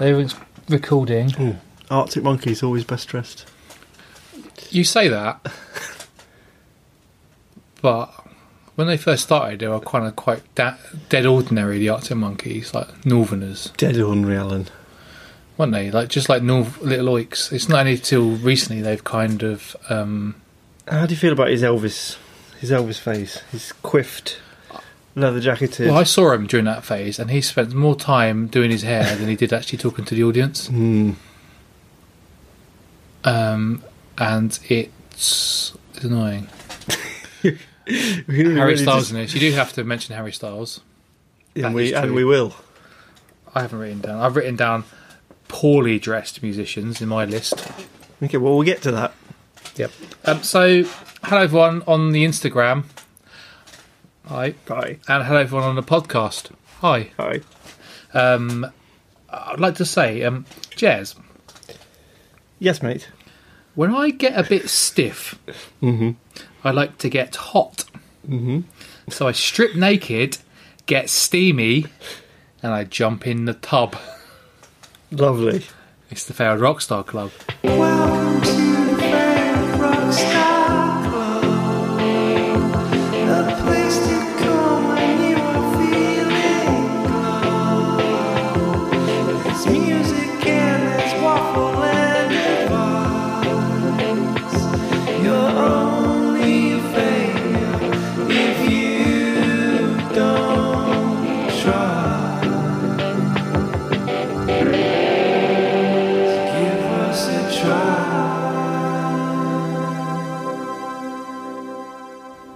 Everything's recording. Arctic Monkey's always best dressed. You say that, but when they first started, they were kind of quite da- dead ordinary. The Arctic Monkeys, like Northerners, Dead ornery, Alan. weren't they? Like just like North Little Oiks. It's not only till recently they've kind of. Um, How do you feel about his Elvis? His Elvis face. His quiffed, leather jacketed. well, I saw him during that phase, and he spent more time doing his hair than he did actually talking to the audience. Hmm. Um, and it's, it's annoying. We really Harry just- Styles in this. You do have to mention Harry Styles. and That we is and true. we will. I haven't written down. I've written down poorly dressed musicians in my list. Okay, well we'll get to that. Yep. Um, so, hello everyone on the Instagram. Hi. Hi, And hello everyone on the podcast. Hi. hi. Um, I'd like to say, um, Jez, Yes, mate. when I get a bit stiff, I like to get hot. Mm-hmm. So I strip naked, get steamy, and I jump in the tub. Lovely. It's the Failed Rockstar Club.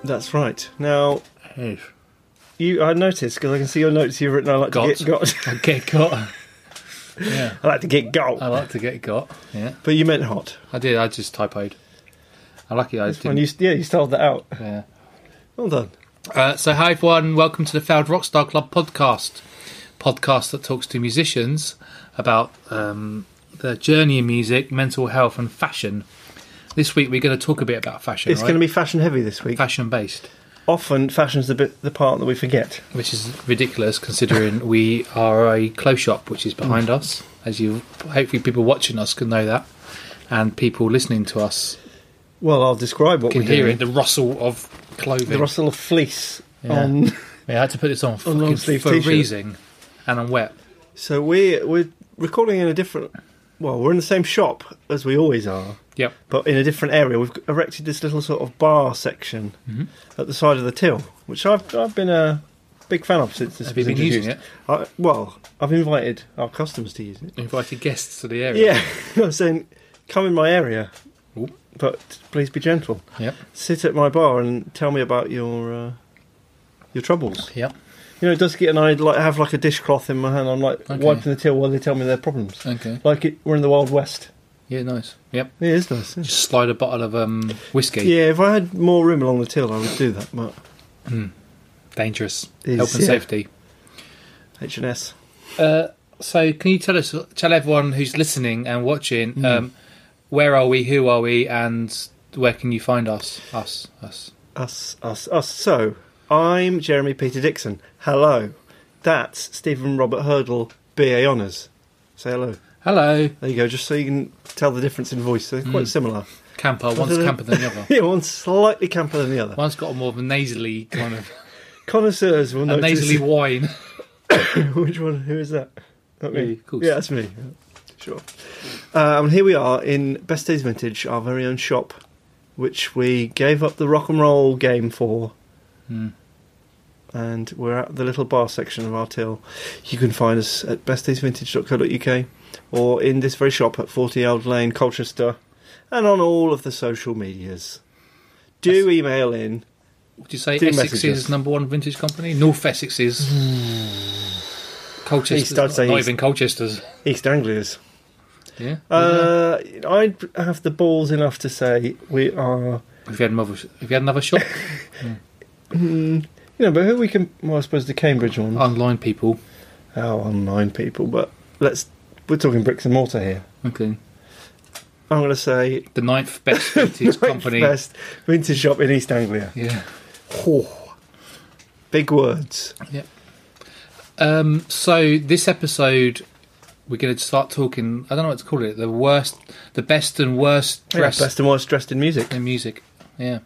That's right. Now you, I noticed because I can see your notes. You've written. I like Got. to get got. I get got. yeah, I like to get got. I like to get got. Yeah, but you meant hot. I did. I just typoed. I'm lucky I That's fine. didn't. You, yeah, you styled that out. yeah. Well done. Uh, so, hi everyone. Welcome to the Failed Rockstar Club podcast, podcast that talks to musicians about um, their journey in music, mental health, and fashion. This week we're going to talk a bit about fashion. It's going to be fashion heavy this week. fashion based, Often, fashion's the bit, the part that we forget. which is ridiculous considering we are a clothes shop, which is behind us. As you, hopefully, people watching us can know that, and people listening to us Well, I'll describe what can we're hear doing. it, the rustle of clothing. The rustle of fleece Yeah. on. yeah, I had to put this on long fucking sleeve for t-shirt. freezing, and I'm wet. So we're we're recording in a different. Well, we're in the same shop as we always are, Yep. but in a different area. We've erected this little sort of bar section Mhm. at the side of the till, which I've I've been a big fan of since this Have you was been introduced. using it? I, well, I've invited our customers to use it. Invited guests to the area. Yeah, I'm saying, come in my area, Oop. but please be gentle. Yep. Sit at my bar and tell me about your uh, your troubles. Yep. You know, it does get an I like have like a dishcloth in my hand. I'm like Okay. wiping the till while they tell me their problems. Okay. Like it, we're in the Wild West. Yeah. Nice. Yep. It is nice. Yeah. Just slide a bottle of um whiskey. Yeah, if I had more room along the till, I would do that. But Dangerous. Is- Health and yeah. safety. H and S. Uh, so, can you tell us, tell everyone who's listening and watching, um, where are we, who are we, and where can you find us? Us. Us. Us, us, us. So, I'm Jeremy Peter Dixon. Hello. That's Stephen Robert Hurdle, BA Honours. Say hello. Hello. There you go, just so you can tell the difference in voice. They're quite Hmm. similar. Camper. One's camper than the other. Yeah, one's slightly camper than the other. One's got a more of a nasally kind of Connoisseurs will a notice. nasally whine. Which one? Who is that? Not me. Yeah, of course. Yeah, that's me. Sure. Um, and here we are in Best Days Vintage, our very own shop, which we gave up the rock and roll game for. Hmm. And we're at the little bar section of our till. You can find us at bestdaysvintage.co.uk or in this very shop at 40 Old Lane, Colchester, and on all of the social medias. Do That's- email in. Would you say Do Essex's message us. number one vintage company? North Essex's. Colchester's. East, I'd not, say not East. even Colchester's. East Anglia's. Yeah. Uh, I have the balls enough to say we are if you had another, if you had another shop, Mm, you know, but who we can? Well, I suppose the Cambridge one. online people. Oh, online people, but let's. We're talking bricks and mortar here. Okay. I'm going to say The ninth best vintage company. best vintage shop in East Anglia. Yeah. Big words. Um, so this episode we're going to start talking. I don't know what to call it. The worst, the best and worst dressed best and worst dressed in music. in music. Yeah,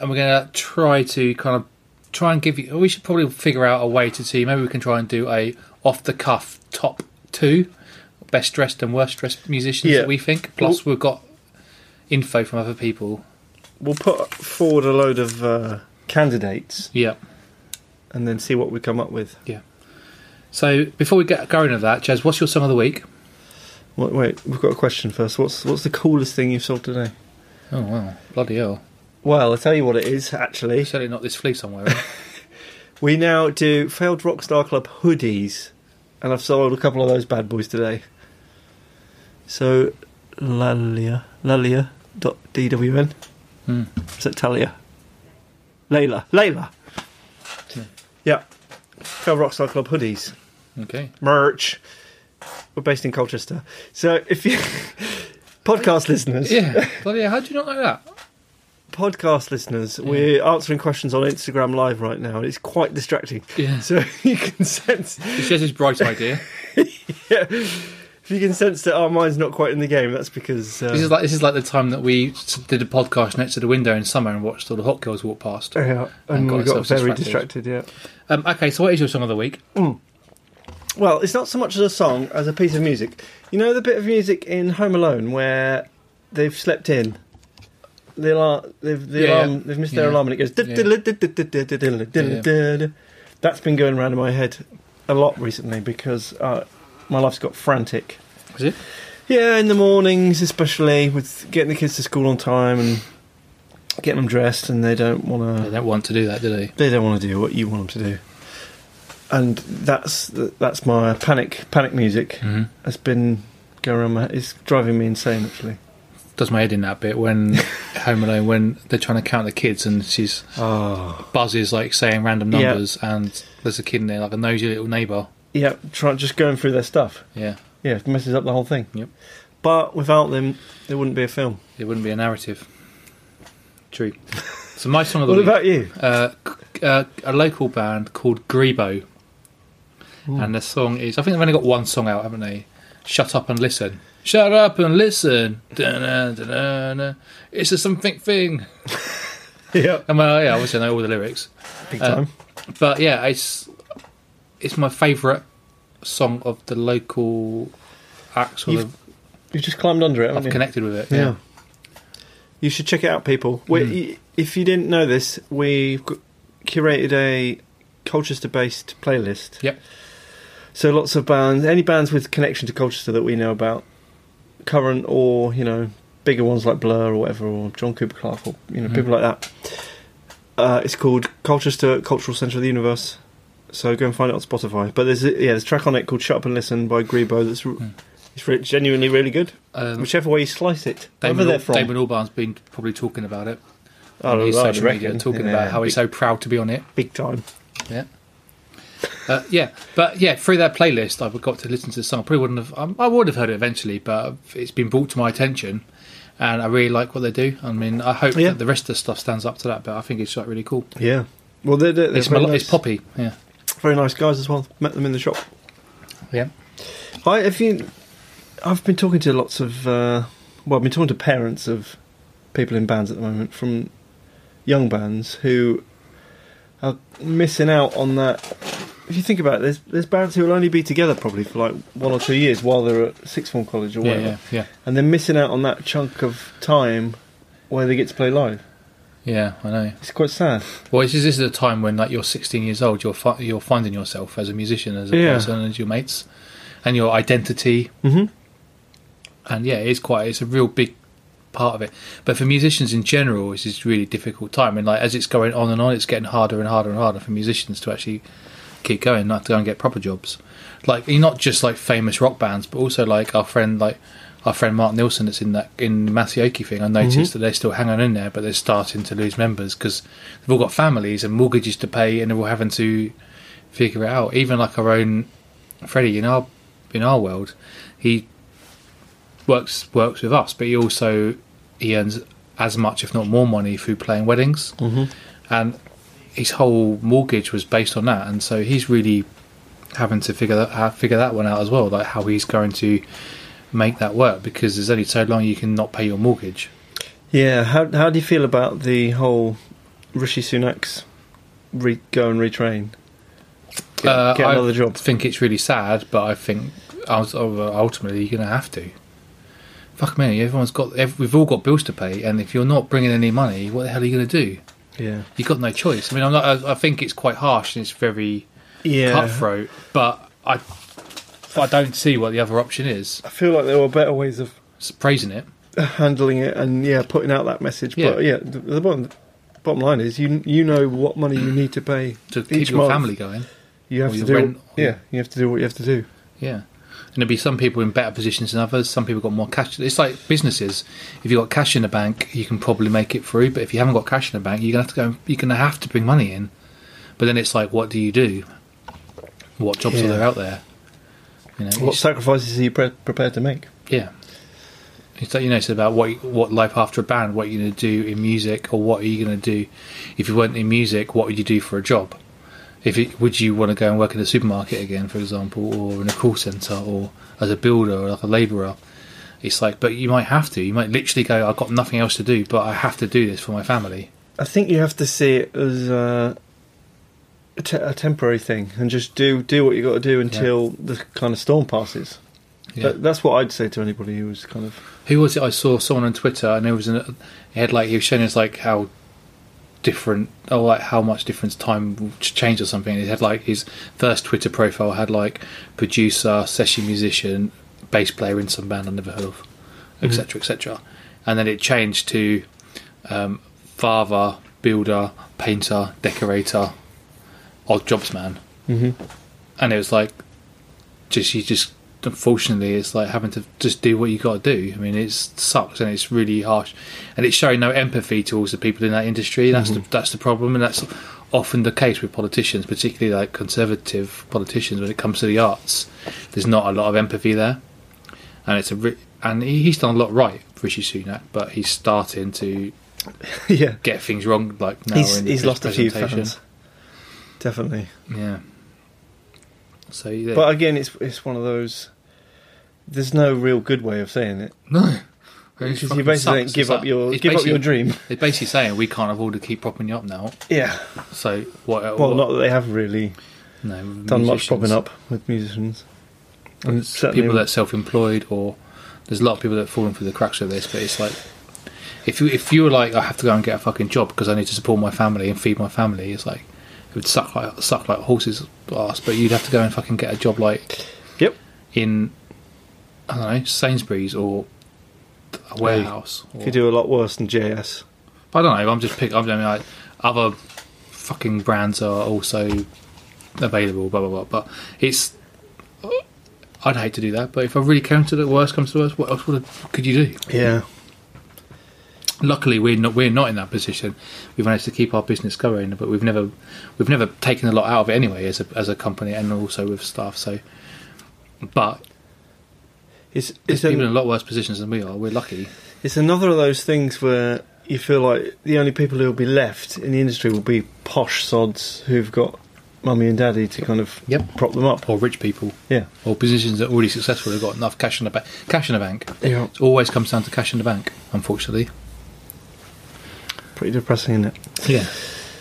and we're going to try to kind of try and give you. We should probably figure out a way to see. Maybe we can try and do a off the cuff top two best dressed and worst dressed musicians Yeah. that we think. Plus, we've got info from other people. We'll put forward a load of uh, candidates Yeah. and then see what we come up with. So before we get going with that, Jez, what's your song of the week? Wait, wait we've got a question first. What's what's the coolest thing you've sold today? Oh wow, bloody hell! Well, I'll tell you what it is actually. It's certainly not this flea somewhere. is it? We now do failed rockstar club hoodies, and I've sold a couple of those bad boys today. So, Lalia, Lalia dot DWN. Hmm. Is that Talia? Layla, Layla. Yeah. Yeah, failed rockstar club hoodies Okay. merch. We're based in Colchester, so if you podcast listeners, Yeah. bloody hell! How do you not know that? podcast listeners, we're answering questions on Instagram Live right now, and it's quite distracting. Yeah. So you can sense It's Jez's bright idea. yeah. If you can sense that our mind's not quite in the game, that's because. Uh, This is like this is like the time that we s- did a podcast next to the window in summer and watched all the hot girls walk past. yeah, and got we got ourselves very distracted. distracted, yeah. Um, okay, so what is your song of the week? Well, it's not so much as a song as a piece of music. You know the bit of music in Home Alone where they've slept in? The alarm, they've, the Yeah, alarm, they've missed their Yeah. alarm and it goes. Yeah. "Diddle-diddle-diddle-diddle-diddle-diddle-diddle-diddle." That's been going around in my head a lot recently because uh, my life's got frantic. Is it? Yeah, in the mornings, especially with getting the kids to school on time and getting them dressed, and they don't want They to. don't want to do that, do they? They don't want to do what you want them to do. And that's that's my panic panic music. Mm-hmm. It's been going around. My, it's driving me insane actually. Does my head in that bit when Home Alone when they're trying to count the kids and she's Oh. buzzes like saying random Yeah. numbers and there's a kid in there like a nosy little neighbour. Yeah, try, just going through their stuff. Yeah, Yeah, it messes up the whole thing. Yep. But without them, there wouldn't be a film. it wouldn't be a narrative. True. So my song of the What week. about you? uh, c- uh, a local band called Grebo, and the song is I think they've only got one song out, haven't they? Shut up and listen. Shut up and listen. Dun-dun, dun-dun. It's a something thing. yeah, And well, yeah, obviously I know all the lyrics, big Uh, time. but yeah, it's it's my favourite song of the local acts. Or You've- the, you just climbed under it. I've haven't you? connected with it. Yeah. Yeah. Hmm. You should check it out, people. We, y- If you didn't know this, we've g- curated a Colchester based playlist. Yep. So lots of bands, any bands with connection to Colchester that we know about, current or, you know, bigger ones like Blur or whatever, or John Cooper Clarke or, you know, Mhm. people like that. Uh, it's called Colchester Cultural Centre of the Universe. So go and find it on Spotify. But there's a, yeah, there's a track on it called Shut Up and Listen by Grebo that's r Mm. it's re- genuinely really good. Um, Whichever way you slice it, wherever Damon, they're Al- from. Damon Albarn's been probably talking about it on Oh, his right, social I media, reckon. talking Yeah, about how he's big, so proud to be on it. big time. Uh, yeah, but yeah, through their playlist, I got to listen to the song. I probably wouldn't have. Um, I would have heard it eventually, but it's been brought to my attention, and I really like what they do. I mean, I hope Yeah. that the rest of the stuff stands up to that, but I think it's like really cool. Yeah. Well, they're, they're, they're It's, very, melo- nice, it's poppy. Yeah, very nice guys as well. Met them in the shop. yeah. I, if you, I've been talking to lots of, uh, well, I've been talking to parents of people in bands at the moment from young bands who are missing out on that. If you think about it, there's, there's bands who will only be together probably for like one or two years while they're at sixth form college or yeah, whatever, yeah, yeah, and they're missing out on that chunk of time where they get to play live. yeah. I know. It's quite sad. Well, this is, this is a time when, like, you're 16 years old. You're fi- you're finding yourself as a musician, as a Yeah. person, as your mates, and your identity. Mm-hmm. and yeah, it's quite it's a real big part of it. But for musicians in general, it's just really difficult time, and like as it's going on and on, it's getting harder and harder and harder for musicians to actually keep going, not to go and get proper jobs. Like you're not just like famous rock bands, but also like our friend like our friend Martin Nilsson that's in that in the Masioki thing. I noticed that they're still hanging in there, but they're starting to lose members because they've all got families and mortgages to pay, and they're all having to figure it out. Even like our own Freddie in our in our world, he works works with us, but he also he earns as much, if not more, money through playing weddings, Mm-hmm. and his whole mortgage was based on that, and so he's really having to figure that how, figure that one out as well, like how he's going to make that work because there's only so long you can not pay your mortgage. Yeah, how how do you feel about the whole Rishi Sunak's re- go and retrain? Get, Uh, get I- another job. I think it's really sad, but I think ult- ultimately you're going to have to. Fuck me, everyone's got ev- we've all got bills to pay, and if you're not bringing any money, what the hell are you going to do? Yeah, You've got no choice. I mean, I'm not, I, I think it's quite harsh and it's very yeah. cutthroat, but I I don't see what the other option is. I feel like there were better ways of It's praising it. handling it and yeah, putting out that message. But yeah, the, the bottom bottom line is you you know what money you need to pay to keep each your month. family going. You have Or to your do rent, or- yeah, you have to do what you have to do. Yeah. And there'll be some people in better positions than others. Some people got more cash. It's like businesses. If you've got cash in the bank, you can probably make it through. But if you haven't got cash in the bank, you're gonna have to go. You're gonna have to bring money in. But then it's like, what do you do? What jobs Yeah. are there out there? You know, What it's- sacrifices are you pre- prepared to make? yeah. It's like, you know, it's about what what life after a band. What you're gonna do in music, or what are you gonna do if you weren't in music? What would you do for a job? If it, would you want to go and work in a supermarket again, for example, or in a call centre, or as a builder or like a labourer? It's like, but you might have to. You might literally go, I've got nothing else to do, but I have to do this for my family. I think you have to see it as uh, a, te- a temporary thing and just do do what you got to do until the kind of storm passes. Yeah. That, that's what I'd say to anybody who was kind of Who was it? I saw someone on Twitter, and it was an, it had like he was showing us like how different, or like how much difference time will ch- change or something. It had like his first Twitter profile had like producer, session musician, bass player in some band I never heard of, etc., etc. And then it changed to um, father, builder, painter, decorator, odd jobs man, and it was like just you just unfortunately it's like having to just do what you got to do i mean it sucks and it's really harsh and it's showing no empathy towards the people in that industry that's Mm-hmm. the that's the problem and that's often the case with politicians particularly like conservative politicians when it comes to the arts there's not a lot of empathy there and it's a re- and he- he's done a lot right rishi sunak but he's starting to yeah. get things wrong like now he's in his he's lost a few presentation. fans, definitely. yeah so yeah. But again, it's it's one of those. There's no real good way of saying it no because you basically Sucks. give It's up like- your it's give up your basically- dream. They're basically saying we can't afford to keep propping you up now. Yeah. So what? Well, what- not that they have really no, done much musicians, propping up with musicians. And it's certainly- people that are self-employed, or there's a lot of people that have fallen through the cracks with this. But it's like if you if you were like, I have to go and get a fucking job because I need to support my family and feed my family. It's like it would suck like suck like horses ass. But you'd have to go and fucking get a job like Yep. in I don't know Sainsbury's or a warehouse. If or- you do a lot worse than JS. I don't know. I'm just picking. I mean, like other fucking brands are also available. Blah blah blah. But it's. I'd hate to do that, but if I really came to the worst comes to worst, what else would I, could you do? Yeah. Luckily, we're not we're not in that position. We've managed to keep our business going, but we've never we've never taken a lot out of it anyway as a as a company and also with staff. So, but It's it's, there's people an, in a lot worse positions than we are. We're lucky. it's another of those things where you feel like the only people who will be left in the industry will be posh sods who've got mummy and daddy to kind of Yep. prop them up. Or rich people, Yeah. or positions that are already successful have got enough cash in the bank. Cash in the bank. Yeah. It always comes down to cash in the bank, unfortunately. Pretty depressing, isn't it? Yeah.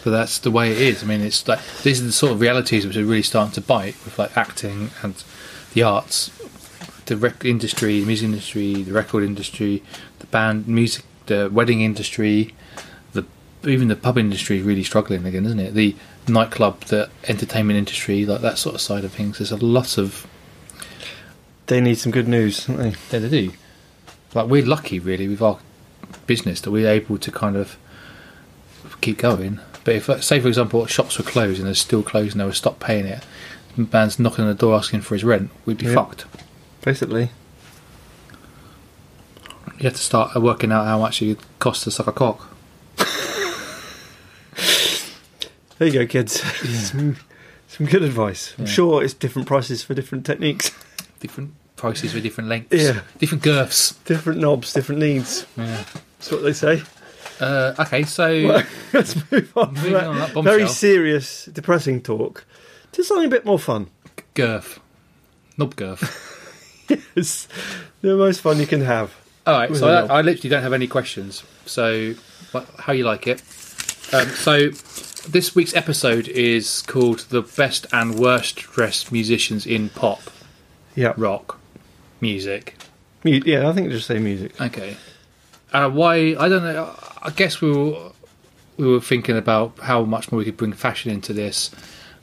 But that's the way it is. I mean, it's like these are the sort of realities which are really starting to bite with like acting and the arts, the rec industry, the music industry, the record industry, the band music, the wedding industry, the even the pub industry is really struggling again, isn't it? The nightclub, the entertainment industry, like that sort of side of things. There's a lot of They need some good news, don't they? Yeah, they do. Like we're lucky, really, with our business that we're able to kind of keep going. But if, uh, say, for example, shops were closed and they're still closed and they were stopped paying it, and man's knocking on the door asking for his rent, we'd be Yeah. fucked. Basically. You have to start uh, working out how much it costs to suck a cock. There you go, kids. some, some good advice. I'm Yeah. sure it's different prices for different techniques, Different prices for different lengths, Yeah. different girths. different knobs, different needs. Yeah. That's what they say. Uh, okay, so Well, let's move on from Moving that, on, that bombshell. very serious, depressing talk to something a bit more fun. Girth. Knob girth. It's the most fun you can have. All right, so Well. I, I literally don't have any questions. So, what- how you like it? Um, so, this week's episode is called "The Best and Worst Dressed Musicians in Pop Yeah. Rock Music." Mu- Yeah, I think just say music. Okay. Uh, why? I don't know. I guess we were we were thinking about how much more we could bring fashion into this,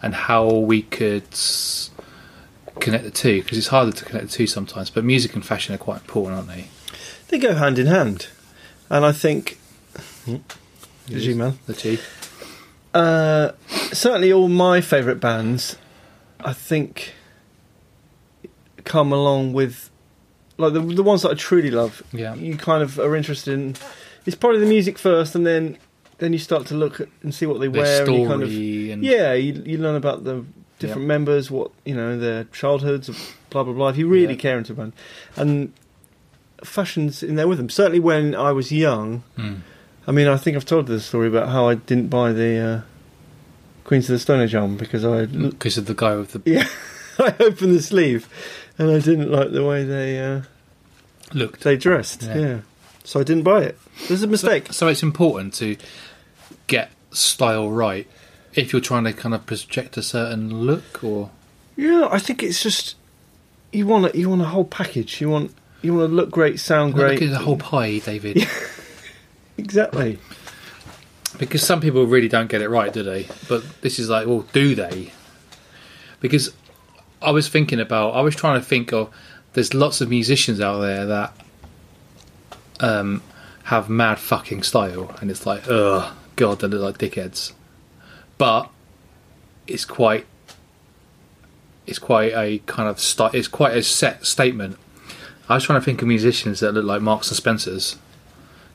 and how we could s- connect the two because it's harder to connect the two sometimes. But music and fashion are quite important, aren't they? They go hand in hand. And I think. Hmm. Did you, man? The two. Uh, certainly all my favourite bands, I think, come along with. Like the, the ones that I truly love, Yeah. you kind of are interested in. It's probably the music first, and then then you start to look at, and see what they Their wear. story and you kind of and Yeah, you, you learn about the different members, what you know, their childhoods, blah blah blah. If you really Yeah. care into a band, and fashion's in there with them. Certainly, when I was young, Mm. I mean, I think I've told this story about how I didn't buy the uh, Queens of the Stone Age album because I because of the guy with the yeah, I opened the sleeve and I didn't like the way they uh, look. they dressed. Yeah. Yeah. so I didn't buy it. It was a mistake. So it's important to get style right if you're trying to kind of project a certain look or Yeah, I think it's just you want a, you want a whole package. You want you want to look great, sound great. look at the whole pie, David. Exactly. Because some people really don't get it right, do they? But this is like, well, do they? Because I was thinking about, I was trying to think of, there's lots of musicians out there that um, have mad fucking style, and it's like, ugh, God, they look like dickheads. But it's quite, it's quite a kind of sti It's quite a set statement. I was trying to think of musicians that look like Marks and Spencers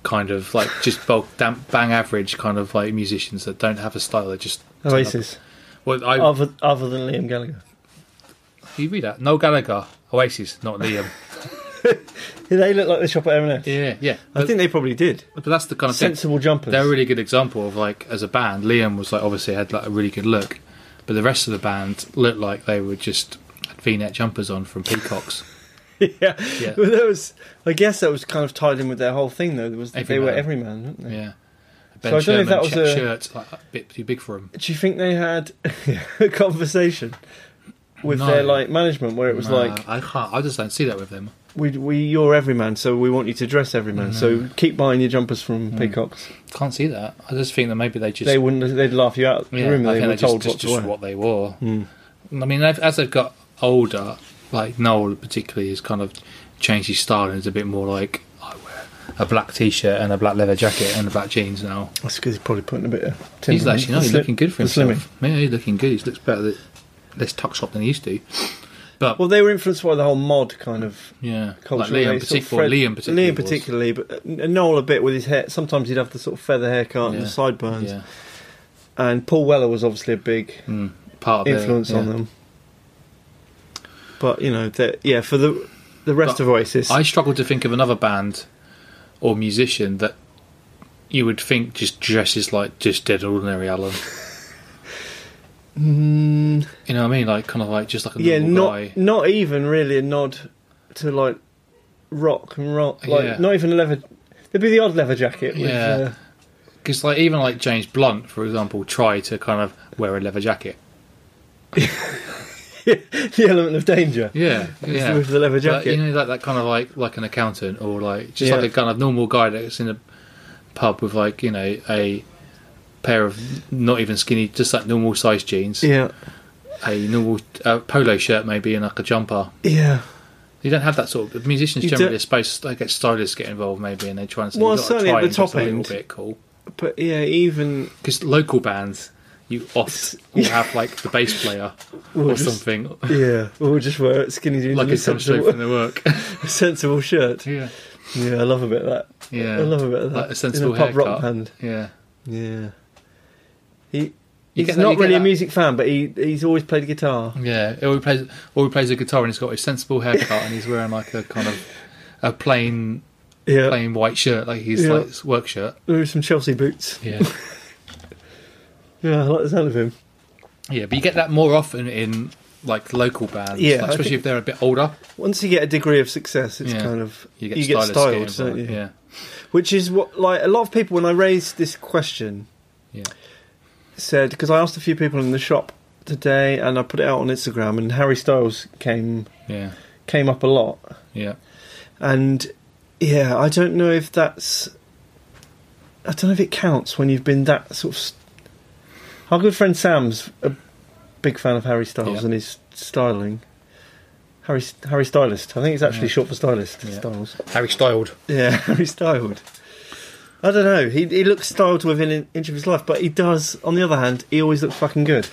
kind of like just bulk damp bang average kind of like musicians that don't have a style. They just turn up. Oasis. Oh, Well, I Other, other than Liam Gallagher. you read that Noel Gallagher, Oasis, not Liam. Yeah, they look like they shop at M&S. yeah, yeah. I But, think they probably did. but that's the kind of thing. Sensible jumpers. They're a really good example of like as a band. Liam was like obviously had like a really good look, but the rest of the band looked like they were just had V-neck jumpers on from Peacocks. yeah. Yeah. Well, that was, I guess that was kind of tied in with their whole thing, though. Was that they were everyman, weren't they? yeah. I don't Ben know if Sherman that was check a- shirt like a bit too big for him. Do you think they had a conversation with No. their like management where it was Nah, like, Uh, I can't. I just don't see that with them. we, we, you're everyman, so we want you to dress everyman. So Mm. keep buying your jumpers from Peacocks. Can't see that. I just think that maybe they Mm. just They wouldn't. They'd laugh you out of the Yeah, room. I They think were they just- told just, what to just wear. Hmm. what they wore. I mean, they've, as they've got older, like Noel particularly has kind of changed his style and is a bit more like I wear a black t-shirt and a black leather jacket and a black jeans now. That's because he's probably putting a bit of. timber he's in actually no, the he's slim- looking good for the slimming. himself. Yeah, he's looking good. He looks better, than- less tucked up than he used to. But Well, they were influenced by the whole mod kind of yeah, like culture. Liam, they sort of particularly, thread- Liam particularly, Liam was. particularly, but uh, N- Noel a bit with his hair. Sometimes he'd have the sort of feather haircut and Yeah. the sideburns. yeah, And Paul Weller was obviously a big mm, part of their- influence on yeah. them. But you know, they're- yeah, for the the rest But of Oasis, I struggle to think of another band or musician that you would think just dresses like just dead ordinary Alan. mm, You know what I mean? Like kind of like just like a yeah, normal not guy. not even really a nod to like rock and rock, like Yeah. not even a leather. There'd be the odd leather jacket. With, uh, Yeah. yeah, Because like even like James Blunt, for example, tried to kind of wear a leather jacket. the element of danger. Yeah, with- yeah. with the leather But, jacket. you know, like that kind of like like an accountant or like just Yeah. like a kind of normal guy that's in a pub with like you know a pair of not even skinny, just like normal size jeans, yeah, a normal uh, polo shirt maybe, and like a jumper. yeah. You don't have that sort of musicians You generally don't- are supposed to get stylists get involved maybe, and they try and say, Well, "You've got to certainly try at the and do top something end. a little bit cool. But yeah, even because local bands you oft will have like the bass player We'll or just- something Yeah, we'll just wear it skinny jeans like and a it comes straight sensible, from the work sensible shirt. yeah Yeah, I love a bit of that. I yeah love a bit of that. like a sensible In a pop rock haircut. band. yeah Yeah. He, You he's get that- you not get really a that- music fan, but he he's always played guitar. yeah or he plays or he plays a guitar and he's got a sensible haircut and he's wearing like a kind of a plain Yeah. plain white shirt like his Yeah. like work shirt There were some Chelsea boots. yeah Yeah, I like the sound of him. yeah but you get that more often in like local bands, Yeah, like, I especially think- if they're a bit older. Once you get a degree of success, it's Yeah. kind of You get you get stylists styled, getting don't involved, you? Yeah, which is what like a lot of people when I raised this question, Yeah. said because I asked a few people in the shop today and I put it out on Instagram and Harry Styles came yeah, came up a lot yeah. and yeah, I don't know if that's I don't know if it counts when you've been that sort of. St- Our good friend Sam's a big fan of Harry Styles Yeah. and his styling. Harry Harry Stylist, I think it's actually Yeah. short for stylist. Yeah. Styles. Harry styled. Yeah, Harry styled. I don't know. He he looks styled within an inch of his life, but he does. On the other hand, he always looks fucking good.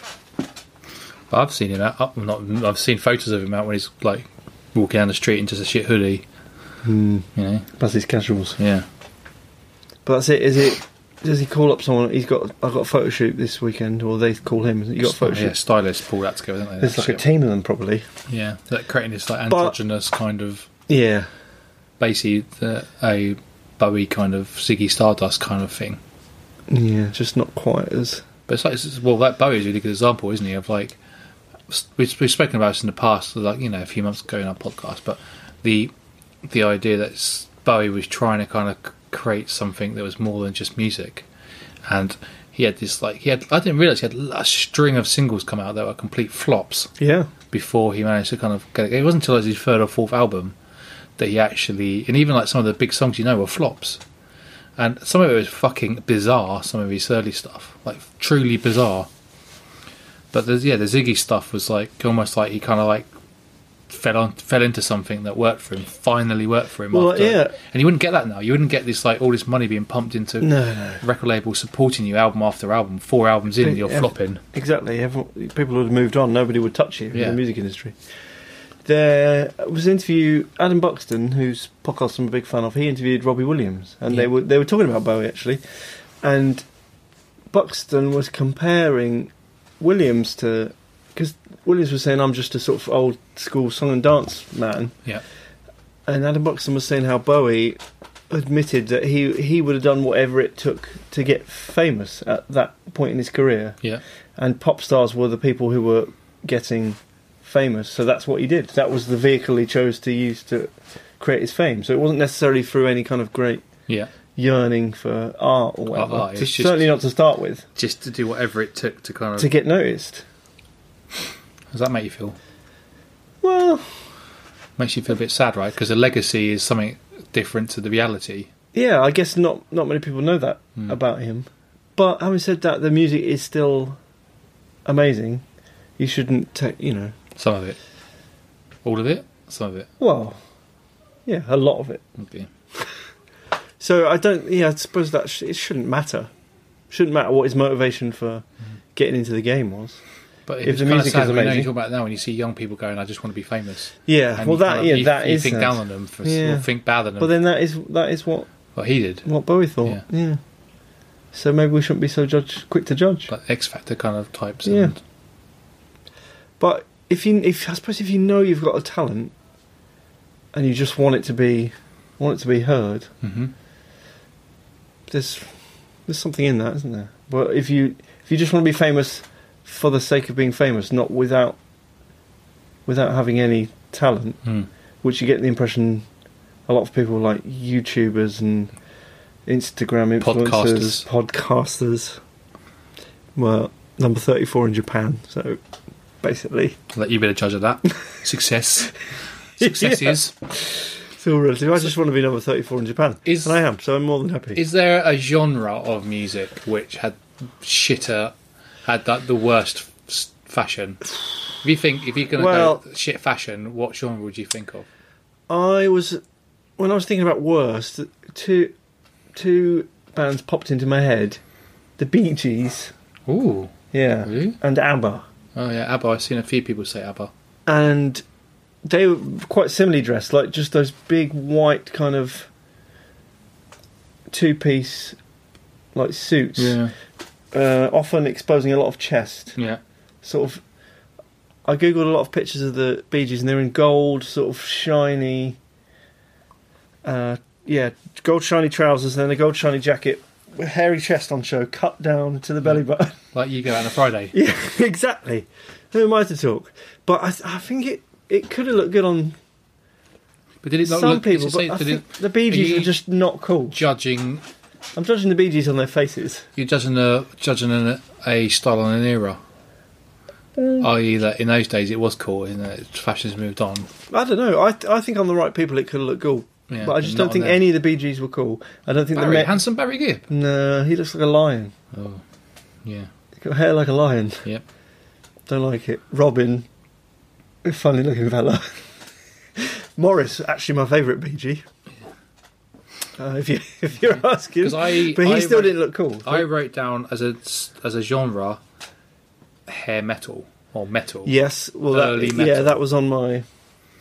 But I've seen him out. Up, not, I've seen photos of him out when he's like walking down the street in just a shit hoodie. Hmm. You know, Plus his casuals. yeah. But that's it. Is it? Does he call up someone? He's got. I got a photo shoot this weekend, or they call him. You got a photo yeah, shoot. stylists pull that together, don't they? There's like a team of them, probably. Yeah, that creating this like But- androgynous kind of Yeah, basically uh, a Bowie kind of Ziggy Stardust kind of thing. yeah, just not quite as. But it's like it's- well, that Bowie's a really good example, isn't he? Of like s- we've, we've spoken about this in the past, like you know, a few months ago in our podcast. But the the idea that s- Bowie was trying to kind of c- create something that was more than just music, and he had this like he had I didn't realize he had a string of singles come out that were complete flops Yeah, before he managed to kind of get it. It wasn't until like his third or fourth album that he actually, and even like some of the big songs you know were flops. And some of it was fucking bizarre. Some of his early stuff, like truly bizarre. But there's yeah, the Ziggy stuff was like almost like he kind of like fell on fell into something that worked for him. Finally worked for him. Well, after, yeah. And you wouldn't get that now. You wouldn't get this like all this money being pumped into no, no, record labels supporting you album after album, four albums in, Big you're eff- flopping. exactly. Everyone, people would have moved on. Nobody would touch you Yeah. in the music industry. There was an interview. Adam Buxton, whose podcast I'm a big fan of, he interviewed Robbie Williams, and Yeah. they were they were talking about Bowie actually, and Buxton was comparing Williams to because Williams was saying I'm just a sort of old school song and dance man, Yeah, And Adam Buxton was saying how Bowie admitted that he he would have done whatever it took to get famous at that point in his career, yeah, and pop stars were the people who were getting famous. So that's what he did. That was the vehicle he chose to use to create his fame. So it wasn't necessarily through any kind of great yeah. yearning for art or whatever. art, it's To- just- certainly not to start with Just to do whatever it took to kind of to get noticed. How does that make you feel? Well, Makes you feel a bit sad, right? Because the legacy is something different to the reality. yeah, I guess not not many people know that Mm. about him. But having said that, the music is still amazing. You shouldn't take, you know, Some of it, all of it, some of it. well, yeah, a lot of it. Okay. So I don't, yeah, I suppose that sh- it shouldn't matter. Shouldn't matter what his motivation for getting into the game was. But If it's the kind music of sad is when you know, you amazing. talk about it now when you see young people going, "I just want to be famous." Yeah, And well, you that, kind yeah, of- you, that you is think sad. down on them for Yeah. or think bad on them. But then that is that is what well, he did. what Bowie thought. Yeah. So maybe we shouldn't be so judge quick to judge. Like X Factor kind of types. Yeah. And, But if you, if I suppose, if you know you've got a talent, and you just want it to be, want it to be heard, Mhm. there's there's something in that, isn't there? But if you if you just want to be famous for the sake of being famous, not without without having any talent, Mm. which you get the impression a lot of people like YouTubers and Instagram influencers, podcasters. were number 34 in Japan. So basically, I'll let you be the judge of that. Success. Success Yeah. is. it's all relative. I just want to be number 34 in Japan. Is- and I am, so I'm more than happy. Is there a genre of music which had shitter, had that the worst s- fashion? If you think, if you're going to Well- go shit fashion, what genre would you think of? I was, when I was thinking about worst, two, two bands popped into my head the Bee Gees, Ooh, yeah, really? and ABBA. Oh yeah, ABBA. I've seen a few people say ABBA. and they were quite similarly dressed, like just those big white kind of two-piece like suits, uh, often exposing a lot of chest. yeah. Sort of, I googled a lot of pictures of the Bee Gees, and they're in gold, sort of shiny, uh, yeah, gold shiny trousers, and then a gold shiny jacket hairy chest on show cut down to the belly button. Like you go out on a Friday. yeah, exactly. Who am I to talk? But I, I think it, it could have looked good on But did it not some look? people. did But it say- I did think it, the Bee are Gees you- were just not cool. judging I'm judging the Bee Gees on their faces. you're judging a judging an, a style on an era. Uh, I.e., that in those days it was cool, and uh, fashion's moved on. I don't know. I, th- I think on the right people it could look cool. Yeah, but I just and don't not think on them. any of the Bee Gees were cool. I don't think Barry, the Met. handsome Barry Gibb. No, he looks like a lion. Oh, yeah, He's got hair like a lion. yep. Don't like it. Robin, a funny looking fella. Morris, actually my favourite Bee Gee. Uh, if you if you're asking, Mm. 'Cause I- but he I still wrote- didn't look cool. I wrote down as a as a genre, hair metal or metal. yes, well, that, Early yeah, metal. that was on my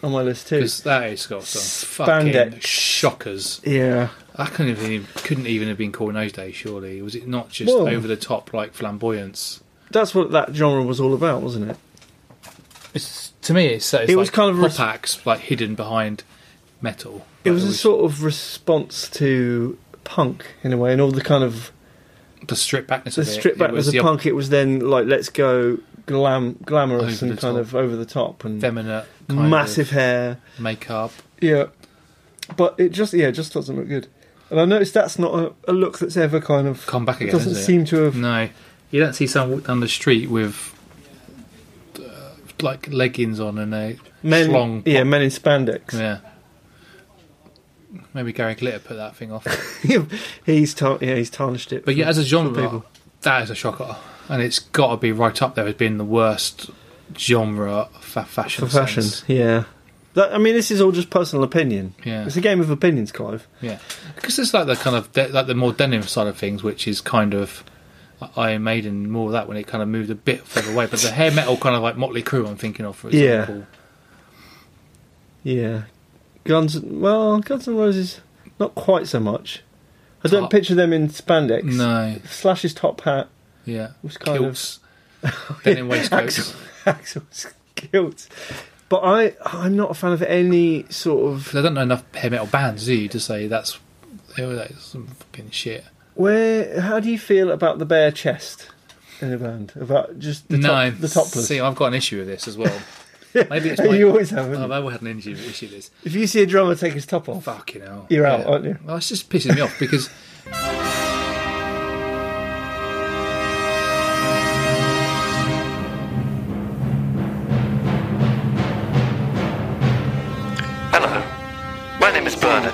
on my list too. because that is got some fucking Spandex. shockers. Yeah, I couldn't have even couldn't even have been called in those days. Surely was it not just Whoa. over the top like flamboyance? that's what that genre was all about, wasn't it? It's, to me, it's, it's It was kind of pop res- acts like hidden behind metal. It Like, was a sort of response to punk in a way, and all the kind of the strip backness the of it. strip it back was was a the punk. It was then like let's go glam glamorous Over and the kind top. of over the top and effeminate kind massive hair. of makeup. Yeah, but it just yeah it just doesn't look good. And I noticed that's not a, a look that's ever kind of Come back it again. doesn't is it? Mm. seem to have. No, you don't see someone walk down the street with uh, like leggings on and a Men, schlong. yeah, men in spandex. Yeah. Maybe Gary Glitter put that thing off. he's tar- yeah, he's tarnished it. But yeah, as a For genre, people. that is a shocker, and it's got to be right up there as being the worst genre for fashion. for fashion, sense. yeah. That, I mean, this is all just personal opinion. Yeah, It's a game of opinions, Clive. yeah, because it's like the kind of de- like the more denim side of things, which is kind of like Iron Maiden more of that when it kind of moved a bit further away. But the hair metal kind of like Motley Crue, I'm thinking of for Yeah. example. Yeah, Guns. Well, Guns N' Roses, not quite so much. I don't Top. picture them in spandex. No, Slash's top hat yeah, was kind of kilts, denim waistcoats. Axel, Axel's guilt. But I, I'm not a fan of any sort of There don't know enough hair metal bands, do you, to say that's oh, that's some fucking shit. where. How do you feel about the bare chest in a band? About just the no, top, the topless. See, I've got an issue with this as well. Maybe it's my, you always have. I've haven't you? ever had an issue, issue with this. If you see a drummer take his top off, Fucking hell. You're out, aren't you? Well, it's just pissing me off because. Hello. My name is Bernard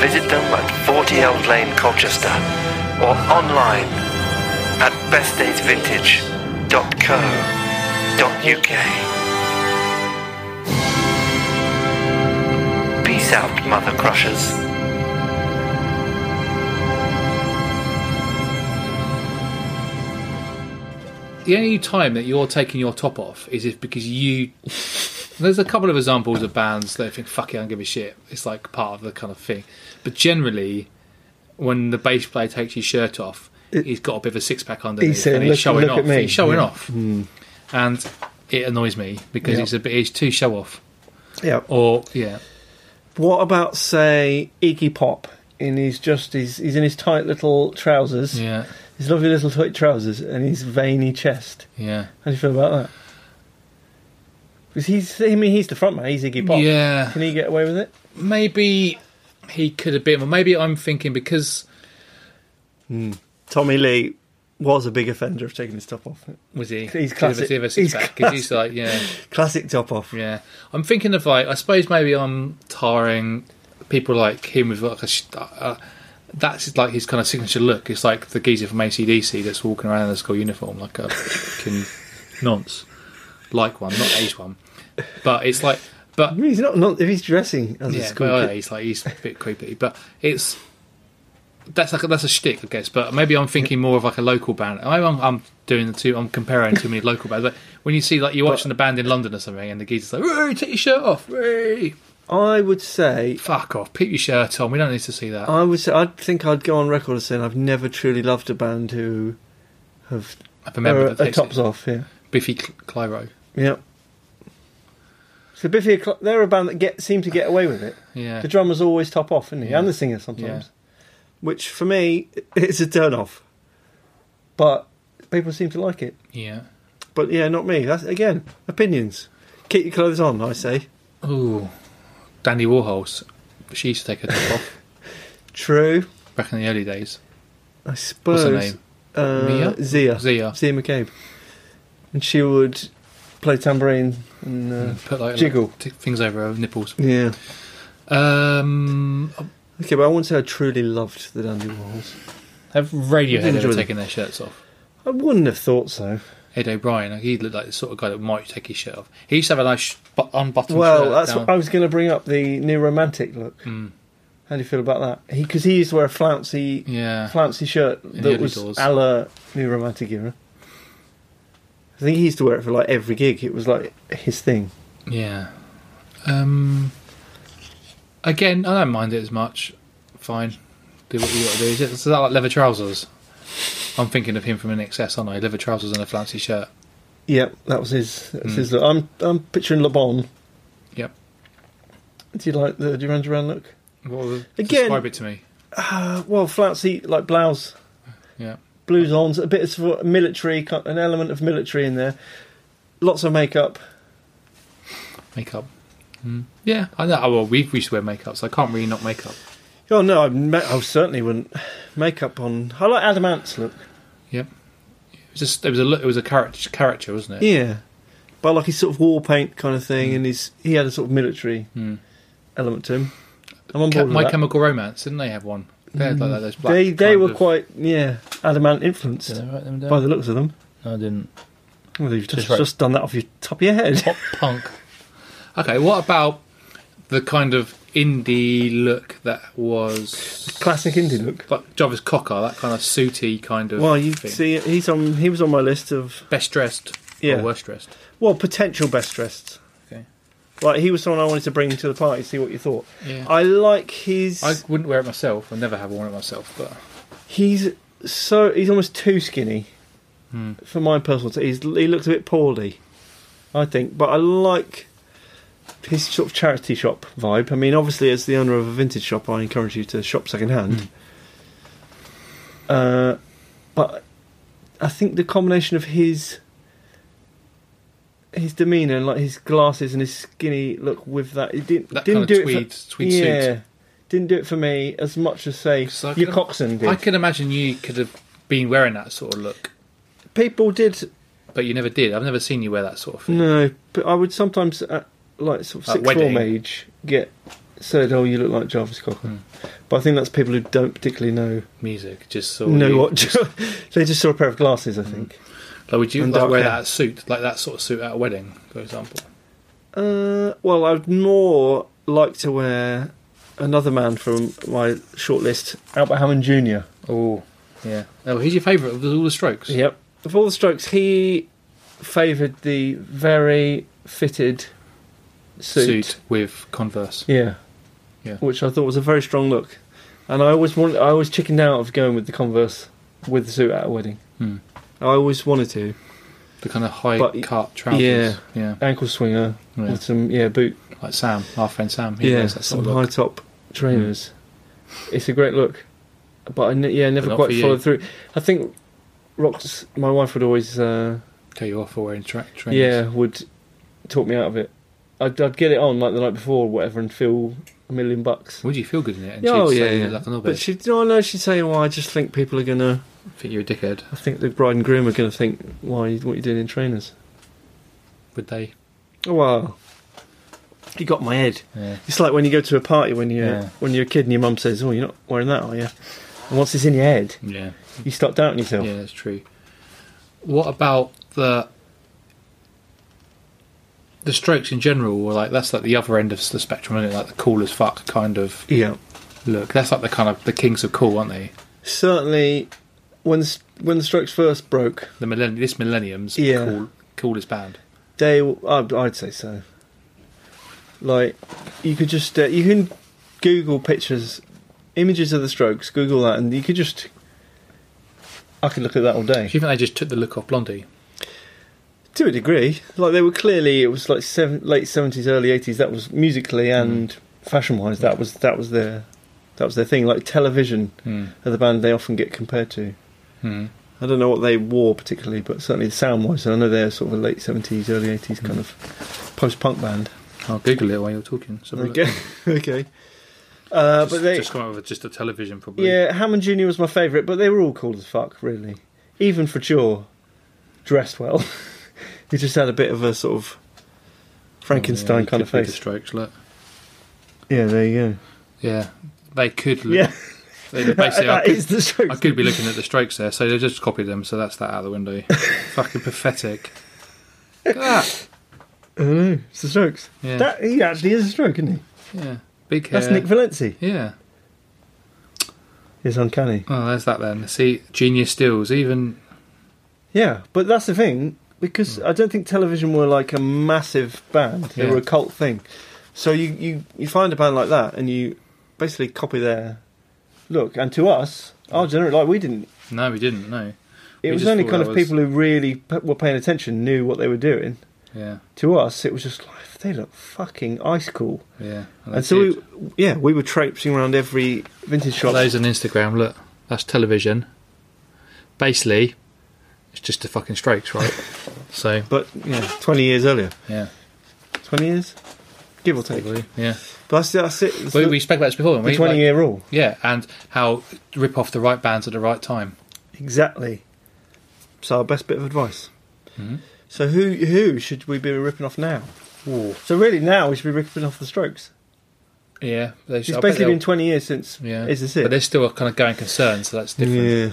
visit them at 40 Eld Lane, Colchester, or online at bestdaysvintage.co.uk. Peace out, Mother Crushers. the only time that you're taking your top off is if because you. There's a couple of examples of bands that think, fuck it, I don't give a shit. It's like part of the kind of thing. But generally, when the bass player takes his shirt off, he's got a bit of a six pack underneath He's saying, and he's "Look- showing look at off. me." He's showing Yeah. Hmm. off. And it annoys me because Yeah. it's a bit, it's too show off. yeah. Or, yeah. What about say Iggy Pop? In his just his, he's in his tight little trousers, Yeah. his lovely little tight trousers, and his veiny chest. Yeah. How do you feel about that? Because he's, I mean, he's the front man. He's Iggy Pop. Yeah. Can he get away with it? Maybe he could have been. Well, maybe I'm thinking because Tommy Lee was a big offender of taking his top off. was he? He's He's, classic. He's he's like, yeah, Classic top off. yeah. I'm thinking of like, I suppose maybe I'm tiring people like him with like a. sh- Uh, that's like his kind of signature look. It's like the geezer from ACDC that's walking around in a school uniform, like a fucking nonce, like one, not age one. But it's like, But I mean, he's not, not if he's dressing as a yeah, school well, yeah, kid. he's like he's a bit creepy, but it's that's like a, that's a shtick, I guess. But maybe I'm thinking more of like a local band. I- I'm, I'm doing the two. I'm comparing too many local bands. But when you see like you're watching a band in London or something, and the geezer's like, "Ray, take your shirt off, Ray, I would say, fuck off, keep your shirt on. We don't need to see that." I would say, I think I'd go on record as saying I've never truly loved a band who have I remember are, that are takes uh, tops it. off. Yeah, Biffy Cl- Clyro. yeah. So Biffy, Cl- they're a band that get seem to get away with it. Yeah, The drummer's always top off, isn't he? Yeah. And the singer sometimes. Which for me it's a turn off. But people seem to like it. yeah. But yeah, not me. That's again, opinions. Keep your clothes on, I say. Ooh, Dandy Warhol's. She used to take her top off True. back in the early days. I What's suppose. her name? Uh, Mia? Zia. Zia. Zia McCabe. And she would play tambourine and uh, Put like Jiggle. t- things over her nipples. yeah. Um, Okay, but I wouldn't say I truly loved the Dandy Warhols. Have Radiohead Enjoy ever them. taken their shirts off? I wouldn't have thought so. Ed O'Brien, like, he looked like the sort of guy that might take his shirt off. He used to have a nice bu- unbuttoned Well, shirt. that's down. what I was going to bring up the new romantic look. Mm, How do you feel about that? Because he, used to wear a flouncy, yeah, flouncy shirt In the that early was doors. a la New Romantic Era. I think he used to wear it for like every gig. It was like his thing. yeah. Um, again, I don't mind it as much. Fine, do what you got to do. Is it? Is that like leather trousers? I'm thinking of him from an excess, aren't I? Leather trousers and a flouncy shirt. Yep, that was his. That was Mm. his look. I'm I'm picturing Le Bon. Yep. Do you like the Duran Duran look? What was, Again- describe it to me. Uh, well, flouncy like blouse, Yeah, blues ons, a bit of sort of military, ki- an element of military in there. Lots of makeup. makeup. Mm. Yeah, I know. Oh, well, we we used to wear makeup, so I can't really not makeup. Oh no, I, ma- I certainly wouldn't makeup on. I like Adam Ant's look. It was just it was a look- it was a character, character, wasn't it? Yeah, but like his sort of war paint kind of Hmm. thing, and his he had a sort of military Mm. element to him. I'm on Ca- board with My that. Chemical Romance, didn't they have one? They had like those black They they kind were of- quite yeah adamant influenced Did I write them down? by the looks of them. No, I didn't. Well, you've just, That's right. just done that off your top of your head. Pop punk. Okay, what about the kind of indie look that was Classic indie look. like Jarvis Cocker, that kind of suity kind of. Well, you thing. see, he's on. He was on my list of best dressed Yeah. or worst dressed. well potential best dressed. Okay. Like he was someone I wanted to bring to the party, see what you thought. Yeah, I, I like his. wouldn't wear it myself. I never have worn it myself, but He's so he's almost too skinny Hmm. for my personal. T- he's, he looks a bit poorly, I think. But I like his sort of charity shop vibe. I mean, obviously, as the owner of a vintage shop, I encourage you to shop second hand. Hmm. Uh, but I think the combination of his his demeanour and like his glasses and his skinny look with that it didn't that didn't kind of do tweed it for, tweed yeah suit. didn't do it for me as much as say So I your could- coxswain did I can imagine you could have been wearing that sort of look, people did but you never did. I've never seen you wear that sort of thing. no but i would sometimes at, like sort of At sixth form wedding. age get said oh you look like jarvis cocker Hmm. but i think that's people who don't particularly know Music, just sort of know what they just saw a pair of glasses i think Like, would you And like dark wear hair. that suit, like that sort of suit at a wedding, for example? uh, well i'd more like to wear another man from my shortlist albert hammond jr Oh, yeah. Oh, who's your favourite of all the Strokes? Yep. Of all the strokes, he favoured the very fitted Suit. suit. with Converse. Yeah. Yeah. Which I thought was a very strong look, and I always wanted. I always chickened out of going with the Converse with the suit at a wedding. Hmm. I always wanted to The kind of high But- cut trousers. Yeah. ankle swinger Oh, Yeah. with some yeah boot Like Sam, our friend Sam. He yeah wears that some sort of high look. top trainers. It's a great look, but I ne- yeah I never not for quite you. followed through. I think rocks. My wife would always. Uh, Tell you off for wearing tra- trainers. yeah, would talk me out of it. I'd, I'd get it on like the night before or whatever and feel a million bucks. Would you feel good in it? And Yeah, oh, she'd say yeah, yeah. you look Like a But knobbit. she, no, I know she'd say, "Well, I just think people are gonna. think you're a dickhead. I think the bride and groom are gonna think, why, you- what you doing in trainers?" Would they? Oh wow, you got my head. Yeah. It's like when you go to a party when you Yeah. are when you're a kid and your mum says, "Oh, you're not wearing that, are you?" And once it's in your head, Yeah. you start doubting yourself. Yeah, that's true. What about the the Strokes in general were like that's like the other end of the spectrum, is Like the cool as fuck kind of Yeah. look. That's like the kind of the kings of cool, aren't they? Certainly, when s- when the Strokes first broke, The millenn- this millennium's Yeah. cool, coolest band. they I'd, I'd say so. Like, you could just uh, you can Google pictures, images of the Strokes. Google that, and you could just. I could look at that all Do you day. think they just took the look off Blondie? To a degree, like they were clearly it was like seven, late seventies, early eighties. That was musically and fashion wise. That was that was their that was their thing. Like television, Mm. are the band they often get compared to. Mm. I don't know what they wore particularly, but certainly sound wise, I know they're sort of a late seventies, early eighties kind of post punk band. I'll Google it while you're talking. So Okay, okay. Uh, just, but they, just come up with just a television probably. yeah, Hammond Junior was my favourite, but they were all cool as fuck, really. Even Frature dressed well. he just had a bit of a sort of Frankenstein Yeah, you kind could of do the face. Strokes, look. Yeah, there you Yeah, they could. go. Look, Yeah, they- basically, I that could, is the I Strokes. could be looking at the strokes there, so they just copied them. So that's that out the window. Fucking pathetic. Look at that. I know, it's the Strokes. Yeah, That, he actually is a stroke, isn't he? yeah. Big hair. That's Nick Valenti. yeah. He's uncanny. Oh, there's that then. See, genius steals. Even Yeah, but that's the thing because I don't think television were like a massive band; they Hmm. Yeah. were a cult thing. So you, you you find a band like that and you basically copy their look. And to us, our generation, like we didn't. no, we didn't. No. It We was just only thought kind that of was- people who really p- were paying attention knew what they were doing. Yeah, To us, it was just like they look fucking ice cool. yeah. And, so we, yeah, we were traipsing around every vintage shop. those on Instagram. Look, that's television. Basically, it's just the fucking strokes, right? so But yeah, twenty years earlier, yeah, twenty years, give or take. But probably, yeah. that's, that's it. It's We, the, we spoke about this before. didn't the We twenty Like, year rule. Yeah, and how rip off the right bands at the right time. Exactly. So our best bit of advice. Mhm. So who who should we be ripping off now? So really now we should be ripping off the Strokes. Yeah, they It's should, I bet basically they'll- been 20 years since Yeah, Is This It. But they're still a kind of going concern, so that's different. Yeah.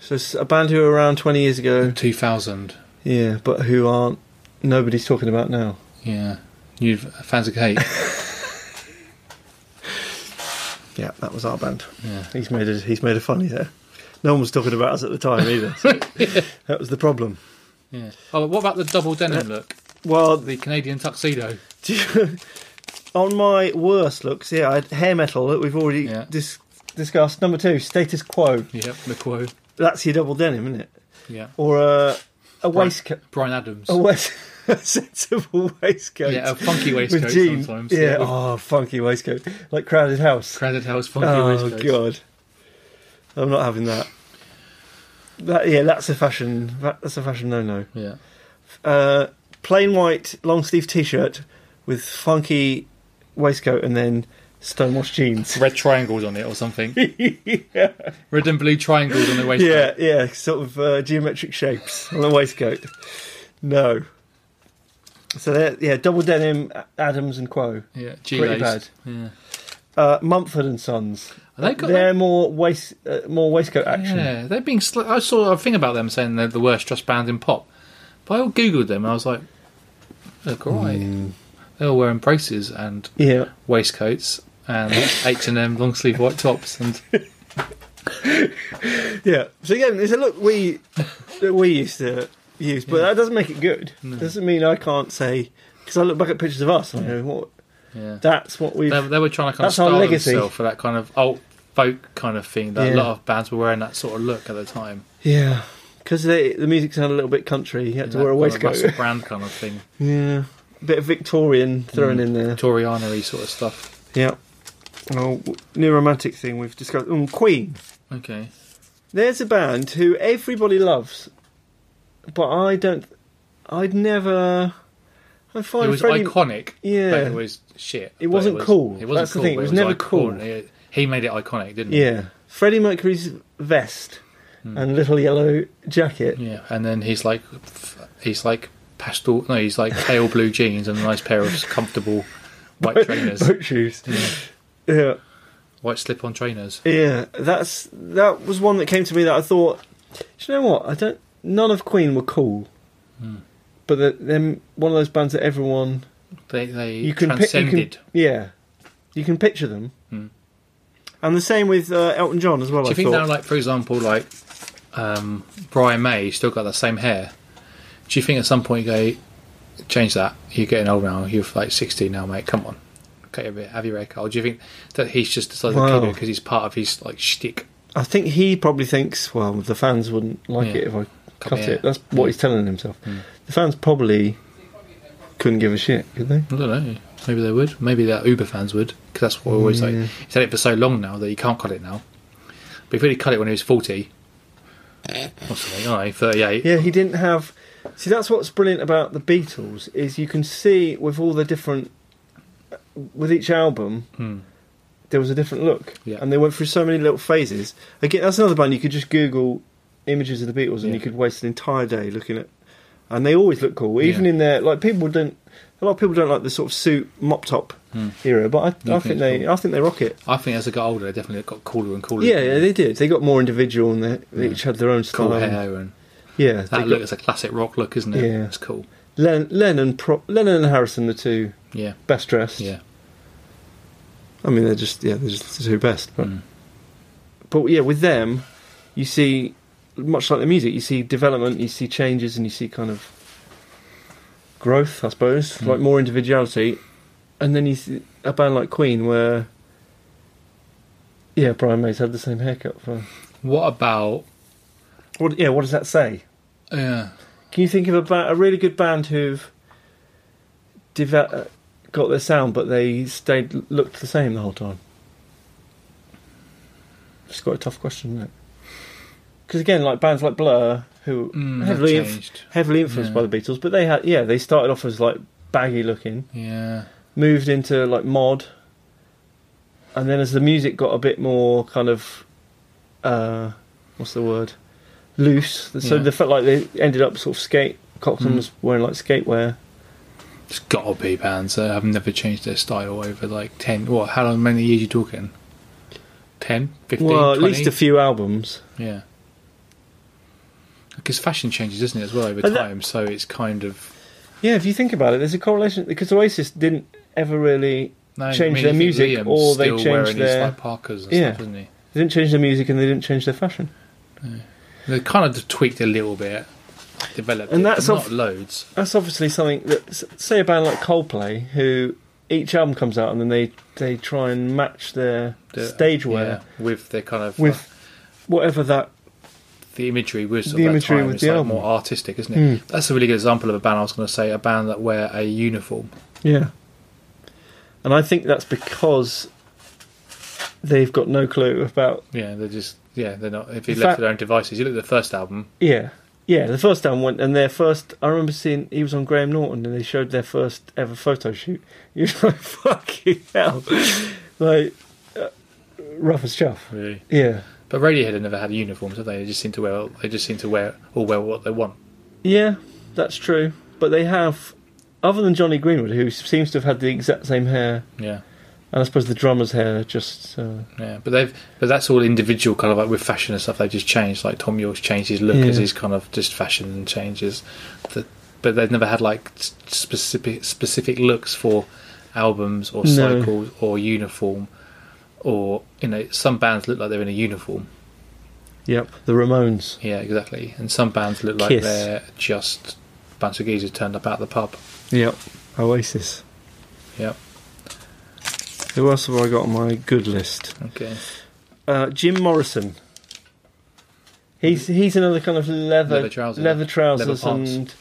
So it's a band who were around 20 years ago. Two thousand. Yeah, but who aren't nobody's talking about now. Yeah, you fans of Kate. Yeah, that was our band. yeah, He's made a he's made a funny there. No one was talking about us at the time either. so that was the problem. yeah. Oh, what about the double denim look? Well, The Canadian tuxedo. Do you- on my worst looks, yeah, I had hair metal that we've already Yeah. dis- discussed. Number two, status quo. Yep, McQuo. That's your double denim, isn't it? Yeah, Or a, a waistcoat. Brian Adams. A, waist- a sensible waistcoat. yeah, a funky waistcoat with jeans. sometimes. Yeah, with oh, funky waistcoat. Like Crowded House. Crowded house funky oh, waistcoats. God. I'm not having that. That, yeah, that's a fashion. That, that's a fashion no-no. Yeah, uh, plain white long sleeve t shirt with funky waistcoat and then stonewashed jeans. red triangles on it or something. Red and blue triangles on the waistcoat. yeah, yeah, sort of uh, geometric shapes on the waistcoat. No. So they're, yeah, double denim, A- Adams and Quo, yeah, pretty G-lace. bad. Yeah, uh, Mumford and Sons. Have they got They're more waist, uh, more waistcoat action. Yeah, they've been. Sl- I saw a thing about them saying they're the worst dressed band in pop, but I googled them and I was like, look alright. Hmm. They were wearing braces and Yeah, waistcoats and H and M long sleeve white tops and yeah. So again, it's a look we that we used to use, but that doesn't make it good. Doesn't mean I can't say because I look back at pictures of us and I go, "What? yeah. That's what we've They, they were trying to kind That's of our style legacy. themselves for that kind of alt folk kind of thing that Yeah. a lot of bands were wearing that sort of look at the time. Yeah, because the music sounded a little bit country. You had to That wear a kind of waistcoat. Russell Brand kind of thing, yeah, bit of Victorian Mm. thrown in there. Victorianery sort of stuff. Yeah. Oh, w- new romantic thing we've discussed. Um, Queen. Okay, There's a band who everybody loves, but I don't. I'd never. I find it was Oh, Freddie- iconic. Yeah. but it was shit. but wasn't was- cool. It wasn't That's the cool. thing, but it was never iconic. cool. It- he made it iconic, didn't he? Yeah, Freddie Mercury's vest Hmm. and little yellow jacket. Yeah, and then he's like, f- he's like pastel. No, he's like pale blue jeans and a nice pair of comfortable white trainers, boat shoes. yeah. white slip-on trainers. Yeah, that's that was Hmm. one that came to me that I thought, "Do you know what? I don't. None of Queen were cool, but the, then one of those bands that everyone They they you can, pi- you transcended. can yeah, you can picture them. Hmm. And the same with uh, Elton John as well. Do I you think thought. now, like for example, like um, Brian May he's still got that same hair? Do you think at some point you go change that? You're getting old now. You're like 60 now, mate. Come on, okay, have your- have your hair cut. Or do you think that he's just decided to keep Wow. it because he's part of his like shtick? I think he probably thinks, well, the fans wouldn't like Yeah. it if I Cut Hmm. cut my hair. it. That's what he's telling himself. The fans probably couldn't give a shit, could they? I don't know. Maybe they would. Maybe the Uber fans would because that's what I always like. Yeah. He's had it for so long now that he can't cut it now. But if he'd cut it when he was 40 or something, I don't know, 38. Yeah, he didn't have. See, that's what's brilliant about the Beatles is you can see with all the different, with each album, Hmm. there was a different look, Yeah. and they went through so many little phases. Again, that's another band you could just Google images of the Beatles, and Yeah. you could waste an entire day looking at. And they always look cool, even Yeah. in their like people don't. A lot of people don't like the sort of suit mop top Hmm. era, but I, I think think, it's they, cool. I think they rock it. I think as I got older, I definitely got cooler and cooler. Yeah, yeah, they did. They got more individual, and they, they Yeah. each had their own cool style. hair and Yeah, they That got- look is a classic rock look, isn't it? Yeah. It's cool. Len, Lennon, pro, Lennon and Harrison, the two Yeah, best dressed. yeah. I mean, they're just yeah, they're just the two best. But Mm. but yeah, with them, you see much like the music, you see development, you see changes, and you see kind of growth, I suppose, Mm. like more individuality. And then you see a band like Queen, where yeah, Brian May's had the same haircut for. What about? What yeah, what does that say? Yeah, Can you think of a, ba- a really good band who've deve- uh, got their sound, but they stayed looked the same the whole time? It's quite a tough question, isn't it? Because again, like bands like Blur, who mm, have heavily inf- changed. heavily influenced Yeah. by the Beatles, but they had yeah, they started off as like baggy looking, Yeah, moved into like mod, and then as the music got a bit more kind of uh, what's the word loose, so Yeah. they felt like they ended up sort of skate. Cotton Mm. was wearing like skate wear. it's got to be bands that have never changed their style over like ten. What? How long? Many years you talking? 10, 15, well, at 20? least a few albums. Yeah. Because fashion changes, doesn't it, as well over And that- time? So it's kind of Yeah, if you think about it, there's a correlation because Oasis didn't ever really no, Change I mean, their you think music, Liam's or they still change wearing his, their- like, parkas and Yeah. stuff, isn't he? they didn't change their music and they didn't change their fashion. They kind of tweaked a little bit, developed, And it, that's but not off- loads. That's obviously something that s- say a band like Coldplay, who each album comes out and then they they try and match their the- stage wear. yeah, with the kind of with whatever that. the imagery with the the imagery time, with it's the like album. Hmm. more artistic, isn't it? That's a really good example of a band. I was going to say a band that wear a uniform. Yeah. And I think that's because they've got no clue about. Yeah, they're just yeah, they're not. If you In left fact- their own devices, you look at the first album. Yeah. Yeah, the first album went, and their first. I remember seeing he was on Graham Norton, and they showed their first ever photo shoot. You was like, "Fucking hell!" like, uh, rough as chaff. Really, Yeah, but Radiohead have never had uniforms, have they? They just seem to wear. They just seem to wear or wear what they want. yeah, that's true. But they have, other than Johnny Greenwood, who seems to have had the exact same hair, Yeah, and I suppose the drummer's hair just. Uh, yeah. But they've but that's all individual kind of like with fashion and stuff. They've just changed. Like Tom York's changed his look Yeah. as his kind of just fashion and changes. The, but they've never had like s- specific specific looks for albums or No. cycles or uniform or you know some bands look like they're in a uniform. yep, the Ramones. Yeah, exactly. And some bands look like Kiss. they're just bunch of geezers turned up out of the pub. Yep, Oasis. Yep. Who else have I got on my good list? Okay. Uh, Jim Morrison. He's he's another kind of leather Leather trousers. leather trousers Leather pants. and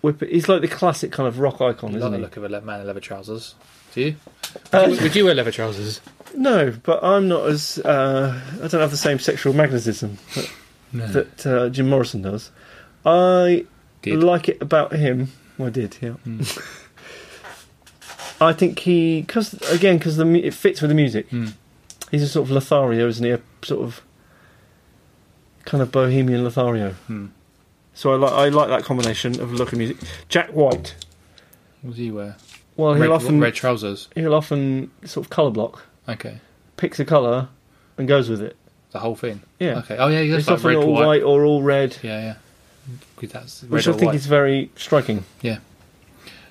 whip. He's like the classic kind of rock icon, I like isn't the he? look of a le- man in leather trousers. Do you? Uh, Would you- would you wear leather trousers? no, but I'm not as uh, I don't have the same sexual magnetism that, No. that uh, Jim Morrison does. I Did. like it about him. Well, I did yeah. Mm. I think he because again because the mu- it fits with the music. Mm. He's a sort of Lothario, isn't he? A sort of kind of bohemian Lothario. Hmm. So I like I like that combination of look and music. Jack White. What does he wear? Well, he'll red, often red trousers. he'll often sort of color block, Okay. picks a color, and goes with it. The whole thing. Yeah, Okay. Oh yeah, he it's does like often red all white. white or all red. Yeah, yeah. 'cause that's red Which or I think white. is very striking.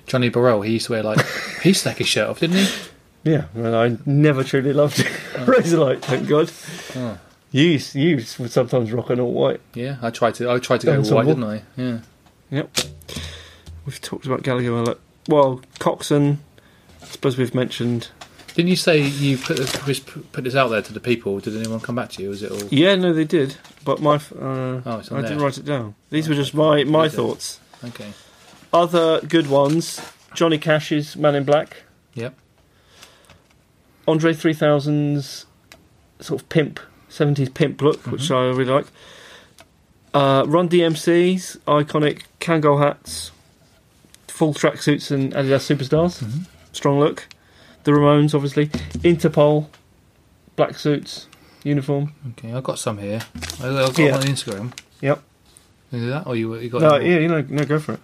Johnny Burrell. He used to wear like he used to take his shirt off, didn't he? Yeah, well, I never truly loved Oh. Razorlight, thank God. Oh. You, used- you used- would sometimes rock an all white. Yeah, I tried to. I tried to Done go some white, more. didn't I? Yeah. We've talked about Gallagher. a lot. Well, Coxon. I suppose we've mentioned. Didn't you say you put this, Chris put this out there to the people? Did anyone come back to you? Was it all? Yeah, no, they did. But my, f- uh, Oh, it's on I there. Oh, didn't write it down. These were just my my Okay. thoughts. Okay. Other good ones Johnny Cash's Man in Black, Yep. Andre 3000's sort of pimp, 70s pimp look, which I really like. Uh, Run DMC's iconic Kangol hats, full tracksuits, and Adidas Superstars. Mhm. Strong look. The Ramones, obviously. Interpol, black suits, uniform. Okay. I've got some here. I, I've got Yeah. one on Instagram. Yep. Can you do that, or you you got? No, any more? yeah, you know, no, go for it.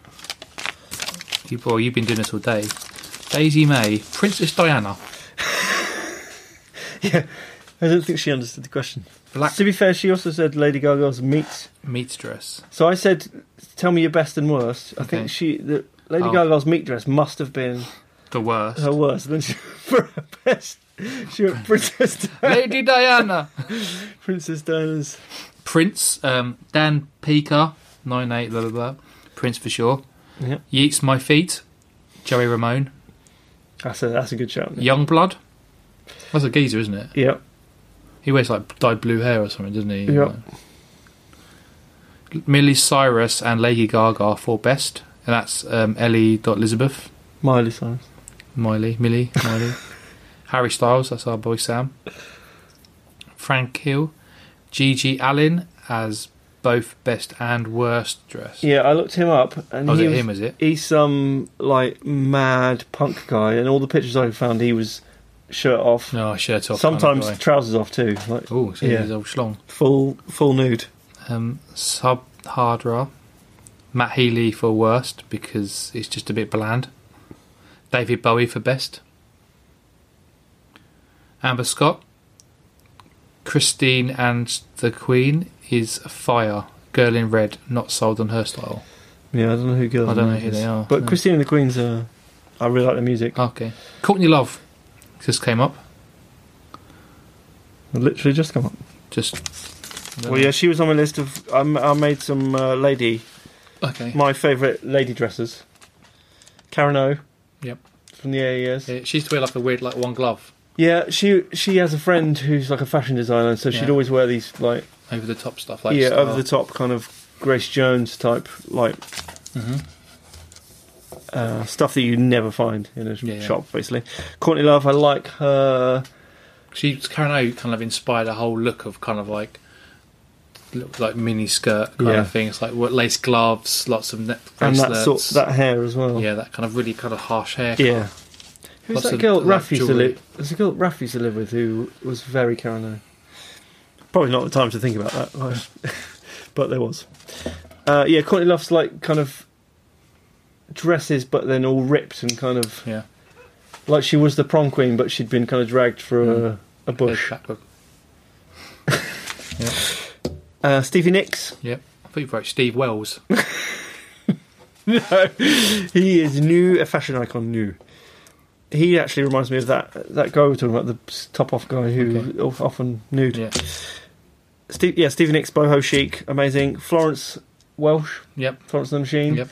You, boy, you've been doing this all day. Daisy May, Princess Diana, I don't think she understood the question. black To be fair, she also said Lady Gaga's meat. meat dress. So I said, tell me your best and worst. I Okay. think she, the, Lady Oh. Gaga's meat dress must have been The worst. her worst. Then she, for her best, she went Princess, Di- Lady Diana. Princess Diana's. Prince, um, Dan Pika, 98, blah, blah, blah. Prince for sure. Yep. Yeats, My Feet, Joey Ramone, That's a, that's a good shout. Yeah. Young Blood. That's a geezer, isn't it? yeah. He wears like dyed blue hair or something, doesn't he? Yep. Like- Millie Cyrus and Lady Gaga for best. And that's um, Ellie.Elizabeth, Miley Cyrus. Miley, Millie, Miley. Harry Styles, that's our boy Sam. Frank Hill, Gigi Allen as both best and worst dressed. Yeah, I looked him up and Oh, is he it was, him, is it? he's some like mad punk guy, and all the pictures I found, he was shirt off, No, shirt off. sometimes trousers off too, like Oh, so Yeah. he's old schlong. Full full nude. Um, Sub Hardra. Matt Healy for worst because it's just a bit bland. David Bowie for best. Amber Scott. Christine and the Queen is fire. Girl in red, not sold on her style. Yeah, I don't know who girls. I don't are. know who they are. But no. Uh, Christine and the Queens are. I really like the music. Okay. Courtney Love just came up. They Literally just come up. Just. Well, yeah, she was on my list of. I, m- I made some uh, lady. Okay. My favourite lady dressers. Karen O. Yep. From the AES. Yeah. Yeah, she used to wear like a weird, like one glove she she has a friend who's like a fashion designer, so she'd Yeah. always wear these like over the top stuff. Like yeah style. over the top kind of Grace Jones type like Mhm. uh, stuff that you never find in a sh- Yeah, yeah. shop basically. Courtney Love, I like her. She Karen O kind of inspired a whole look of kind of like look like mini skirt kind Yeah. of thing. It's like what lace gloves, lots of neck And bracelets. that sort that hair as well. yeah, that kind of really kind of harsh hair. Yeah. Who's Lots that of, girl? like, Raf used to jewellery. live. There's a girl Raf used to live with who was very Karen Probably not the time to think about that, right. but there was. O. Uh, yeah, Courtney Love's like kind of dresses, but then all ripped and kind of Yeah. like she was the prom queen, but she'd been kind of dragged through a, a bush. Head backward. Uh, Stevie Nicks. Yep. I thought you wrote Steve Wells. no, he is new, a fashion icon. New. He actually reminds me of that that guy we were talking about, the top off guy who Okay. of- often nude. yeah. Steve, yeah, Stevie Nicks, boho chic, amazing. Florence Welsh, Yep. Florence and the Machine. Yep.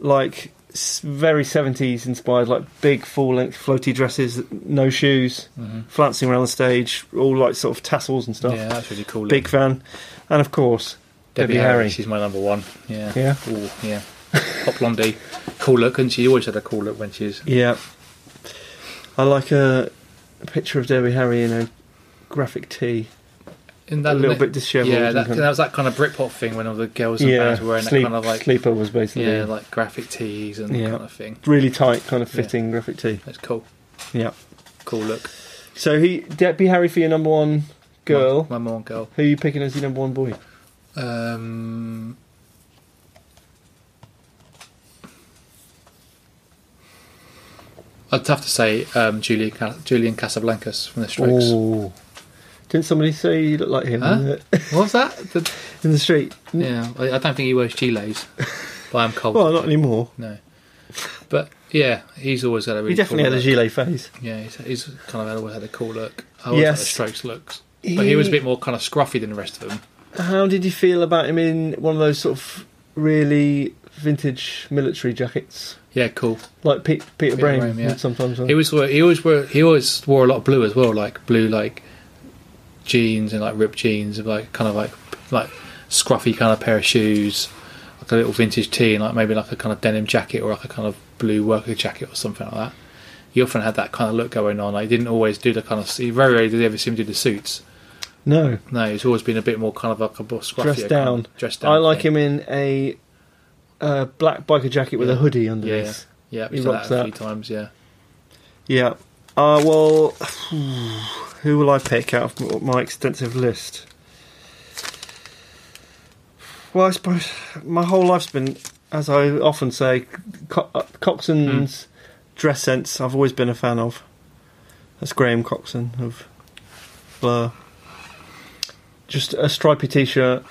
like s- very 70s inspired like big full length floaty dresses no shoes hmm flouncing around the stage all like sort of tassels and stuff Yeah, that's really cool. Oh. big fan and of course Debbie Harry. She's my number one. Yeah. yeah Ooh, yeah. Pop blondie. Cool look, and she always had a cool look when she was. yeah i like a picture of debbie harry in a graphic tee Isn't a the little ne- bit disheveled Yeah, and that, kind that of- was that kind of Britpop thing when all the girls and yeah bands were wearing sleep- that kind of like sleeper was basically yeah, like graphic tees and Yeah. that kind of thing. really tight kind of Yeah. fitting graphic tee That's cool. yeah Cool look. so he debbie harry for your number one girl My, my mom girl. who are you picking as your number one boy Um, I'd have to say um, Julian, Ca- Julian Casablancas from The Strokes. Oh. Didn't somebody say you look like him? Huh? What was that? The- in the street. Yeah, I I don't think he wears gilets, but I'm cold. Well, not anymore. no, but yeah, he's always had a really. He definitely had cool a gilet look. phase. Yeah, he's, he's kind of always had a cool look. I always had Yes. the Strokes looks, but he was a bit more kind of scruffy than the rest of them. How did you feel about him in one of those sort of really vintage military jackets, Yeah, cool. like Pe- Peter, Brain Brain, yeah. would sometimes? wear? He was wear- he always wore he always wore a lot of blue as well, like blue like jeans and like ripped jeans and like kind of like like scruffy kind of pair of shoes, like a little vintage tee and like maybe like a kind of denim jacket or like a kind of blue worker jacket or something like that. He often had that kind of look going on. Like, he didn't always do the kind of he very rarely did you ever see him do the suits. no, No, he's always been a bit more kind of like a more scruffy Dressed down. dressed down. I like thing. him in a uh, black biker jacket with a Yeah. hoodie Yeah, underneath. yeah. Yeah, He we've seen that rocks a that. few times. Yeah, Yeah. Uh, well, who will I pick out of m- my extensive list? Well, I suppose my whole life's been, as I often say, co- uh, Coxon's dress sense I've always been a fan of. That's Graham Coxon of Blur. Just a stripy t shirt,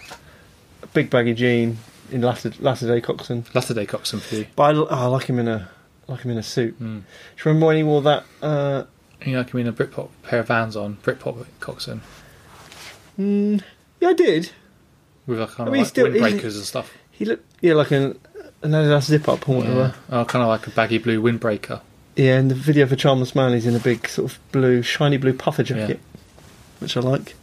a big baggy jean in latter, latter day Coxon. latter day coxswain for you. But I, l- I like him in a like him in a suit. Mm. Do you remember when he wore that? Uh, You know, I mean, a Britpop pair of Vans on Britpop Coxon Mm, yeah, I did. with like kind I of mean, like still- windbreakers and stuff. He looked yeah like an an Adidas zip up or Yeah. whatever. Oh, kind of like a baggy blue windbreaker. Yeah. and the video for Charmless Manley's in a big sort of blue, shiny blue puffer jacket, which I like.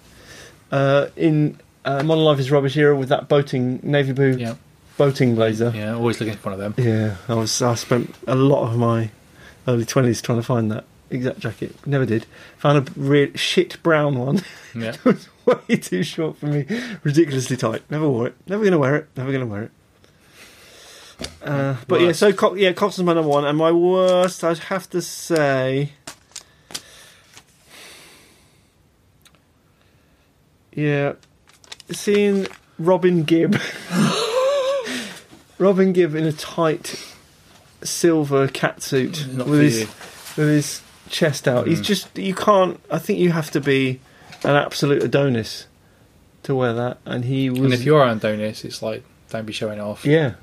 Uh, in uh, Modern Life is Rubbish era with that boating navy blue Yeah, boating blazer. yeah. Always looking for one of them. Yeah. I was I spent a lot of my early twenties trying to find that exact jacket. Never did. Found a real shit brown one. Yeah, Way too short for me. Ridiculously tight. Never wore it. Never going to wear it. Never going to wear it. Uh, but yeah, Right. so Co- yeah, Coxon's my number one, and my worst, I'd have to say. Yeah, seeing Robin Gibb, Robin Gibb in a tight silver catsuit not with for his you. with his chest out. He's Mm. just you can't. I think you have to be an absolute Adonis to wear that, and he was. And if you're on Donis, it's like don't be showing off. yeah,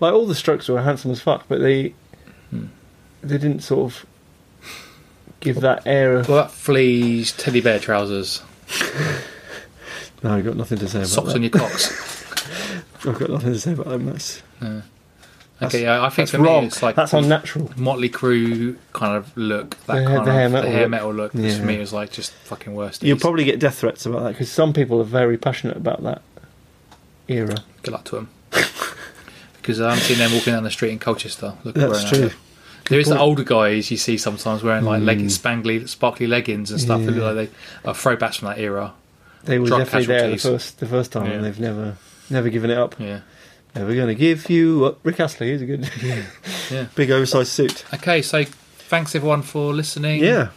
like all the Strokes were handsome as fuck, but they Hmm. they didn't sort of give that air. of... Well, that fleas, teddy bear trousers, No, I've got nothing to say about socks that. on your cocks. I've got nothing to say about that. That's, Yeah. That's- Okay, I I think that's for me wrong. it's like that's unnatural. Motley Crue kind of look, that The hair- kind the of hair the metal hair look. metal look. Yeah. For me, was like just fucking worst. You'll days. probably get death threats about that because some people are very passionate about that era. Good luck to them. because I haven't seen them walking down the street in Colchester. Look, That's wearing that. true. There is the point. older guys you see sometimes wearing like Mm. leggings, spangly, sparkly leggings and stuff. that look like they are throwbacks from that era. They were Drug definitely there the casualties. first the first time, Yeah. and they've never never given it up. Yeah, Yeah, we're going to give you up. Rick Astley is a good yeah. big oversized suit. Okay, so thanks everyone for listening. Yeah,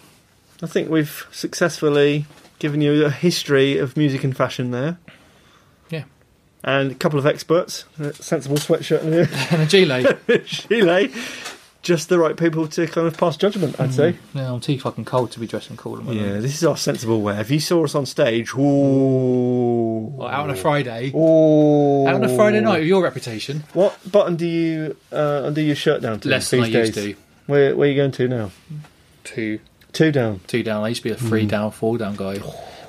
I think we've successfully given you a history of music and fashion there. Yeah. and a couple of experts, a sensible sweatshirt and and a gilet. a gilet, just the right people to kind of pass judgment. I'd say. no, I'm too fucking cold to be dressing cool. at the moment. Yeah, this is our sensible wear. If you saw us on stage, ooh, Well, out on a Friday. ooh, Out on a Friday night with your reputation. What button do you uh, undo your shirt down to? Less than I these used days? to. Where, where are you going to now? Two, Two down. two down. I used to be a three down, four down guy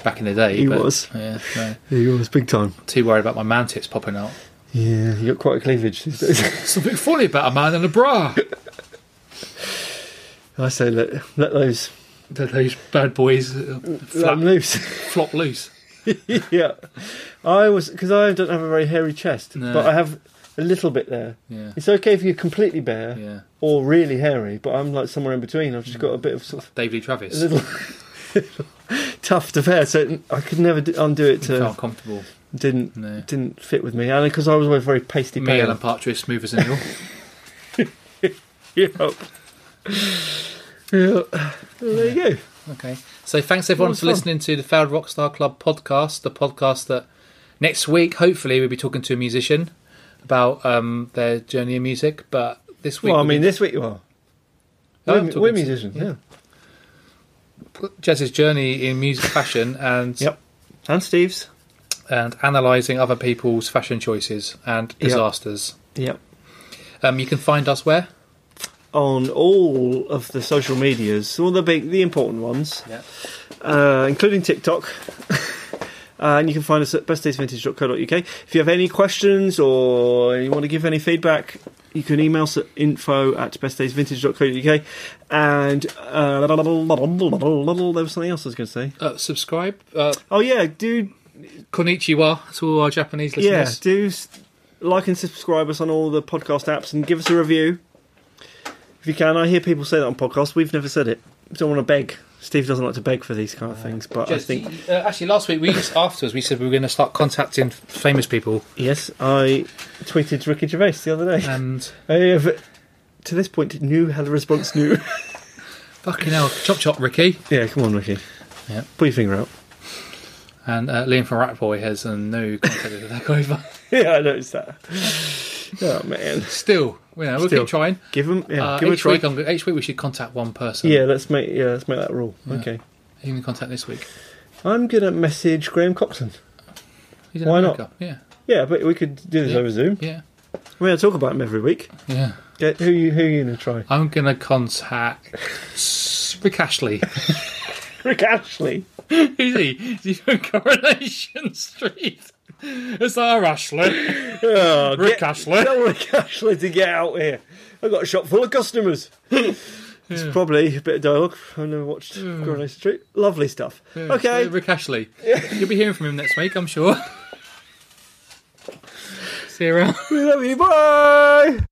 back in the day. Hmm. Oh. He but- was. Yeah, no. Yeah, was big time. Too worried about my man tits popping out. Yeah, you got quite a cleavage these days. Something funny about a man in a bra. I say let let those That Those bad boys uh, let them flap, loose. flop loose. yeah, I was because I don't have a very hairy chest, No. but I have a little bit there. Yeah, It's okay if you're completely bare yeah. or really hairy, but I'm like somewhere in between. I've just got a bit of sort of David Lee a Travis. little Mm. tough to hair, so I could never d- undo it. Felt To, uncomfortable. didn't No. didn't fit with me, and because I was always very pasty Me, pale. Alan Partridge, smooth as an eel. Yep. Yep. There you go. okay. So thanks everyone Well, for fun. listening to the Failed Rockstar Club podcast, the podcast that next week hopefully we'll be talking to a musician about um, their journey in music. But this week, Well, I we'll mean, be- this week you are. Oh, We're, I'm talking we're to- musicians, yeah. Jez's journey in music fashion and Yep. And Steve's. and analysing other people's fashion choices and disasters. Yep. Um, you can find us where? On all of the social medias, all the big, the important ones, Yep. uh, including TikTok. Uh, and you can find us at bestdaysvintage.co.uk. If you have any questions or you want to give any feedback, you can email us at info at bestdaysvintage.co.uk. And uh, there was something else I was going to say. Uh, subscribe. Uh, Oh, yeah, do konnichiwa to all our Japanese yeah, listeners. do s- like and subscribe us on all the podcast apps and give us a review if you can. I hear people say that on podcasts. We've never said it. We don't want to beg. Steve doesn't like to beg for these kind of things, but I Just- think uh, actually, last week we afterwards we said we were going to start contacting famous people, yes, I tweeted Ricky Gervais the other day. and I have, to this point, knew how the response knew. fucking hell, chop chop, Ricky, yeah, come on, Ricky. Yeah. Put your finger out. and uh, Liam from Ratboy has uh, no contact with that over. yeah, I noticed that. Oh man, Still, you know, we'll Still. keep trying. give him, yeah, Uh, give him a each, try. week I'm, go- each week we should contact one person. yeah, let's make yeah, let's make that rule. Okay, you can contact this week. I'm gonna message Graham Coxon. He's in Why not? America. Yeah, Yeah, but we could do this Yeah. over Zoom. yeah, We're going to talk about him every week. yeah. Get, who you who you going to try? I'm gonna contact S- Rick Ashley. Rick Ashley. Who's he? Is he from Coronation Street? Is that a Ashley? Oh, Uh, Rick get- Ashley. Tell Rick Ashley to get out here. I've got a shop full of customers. It's probably a bit of dialogue. I've never watched Coronation Street. Lovely stuff. okay. Yeah, Rick Ashley. You'll be hearing from him next week, I'm sure. See you around. We love you. Bye.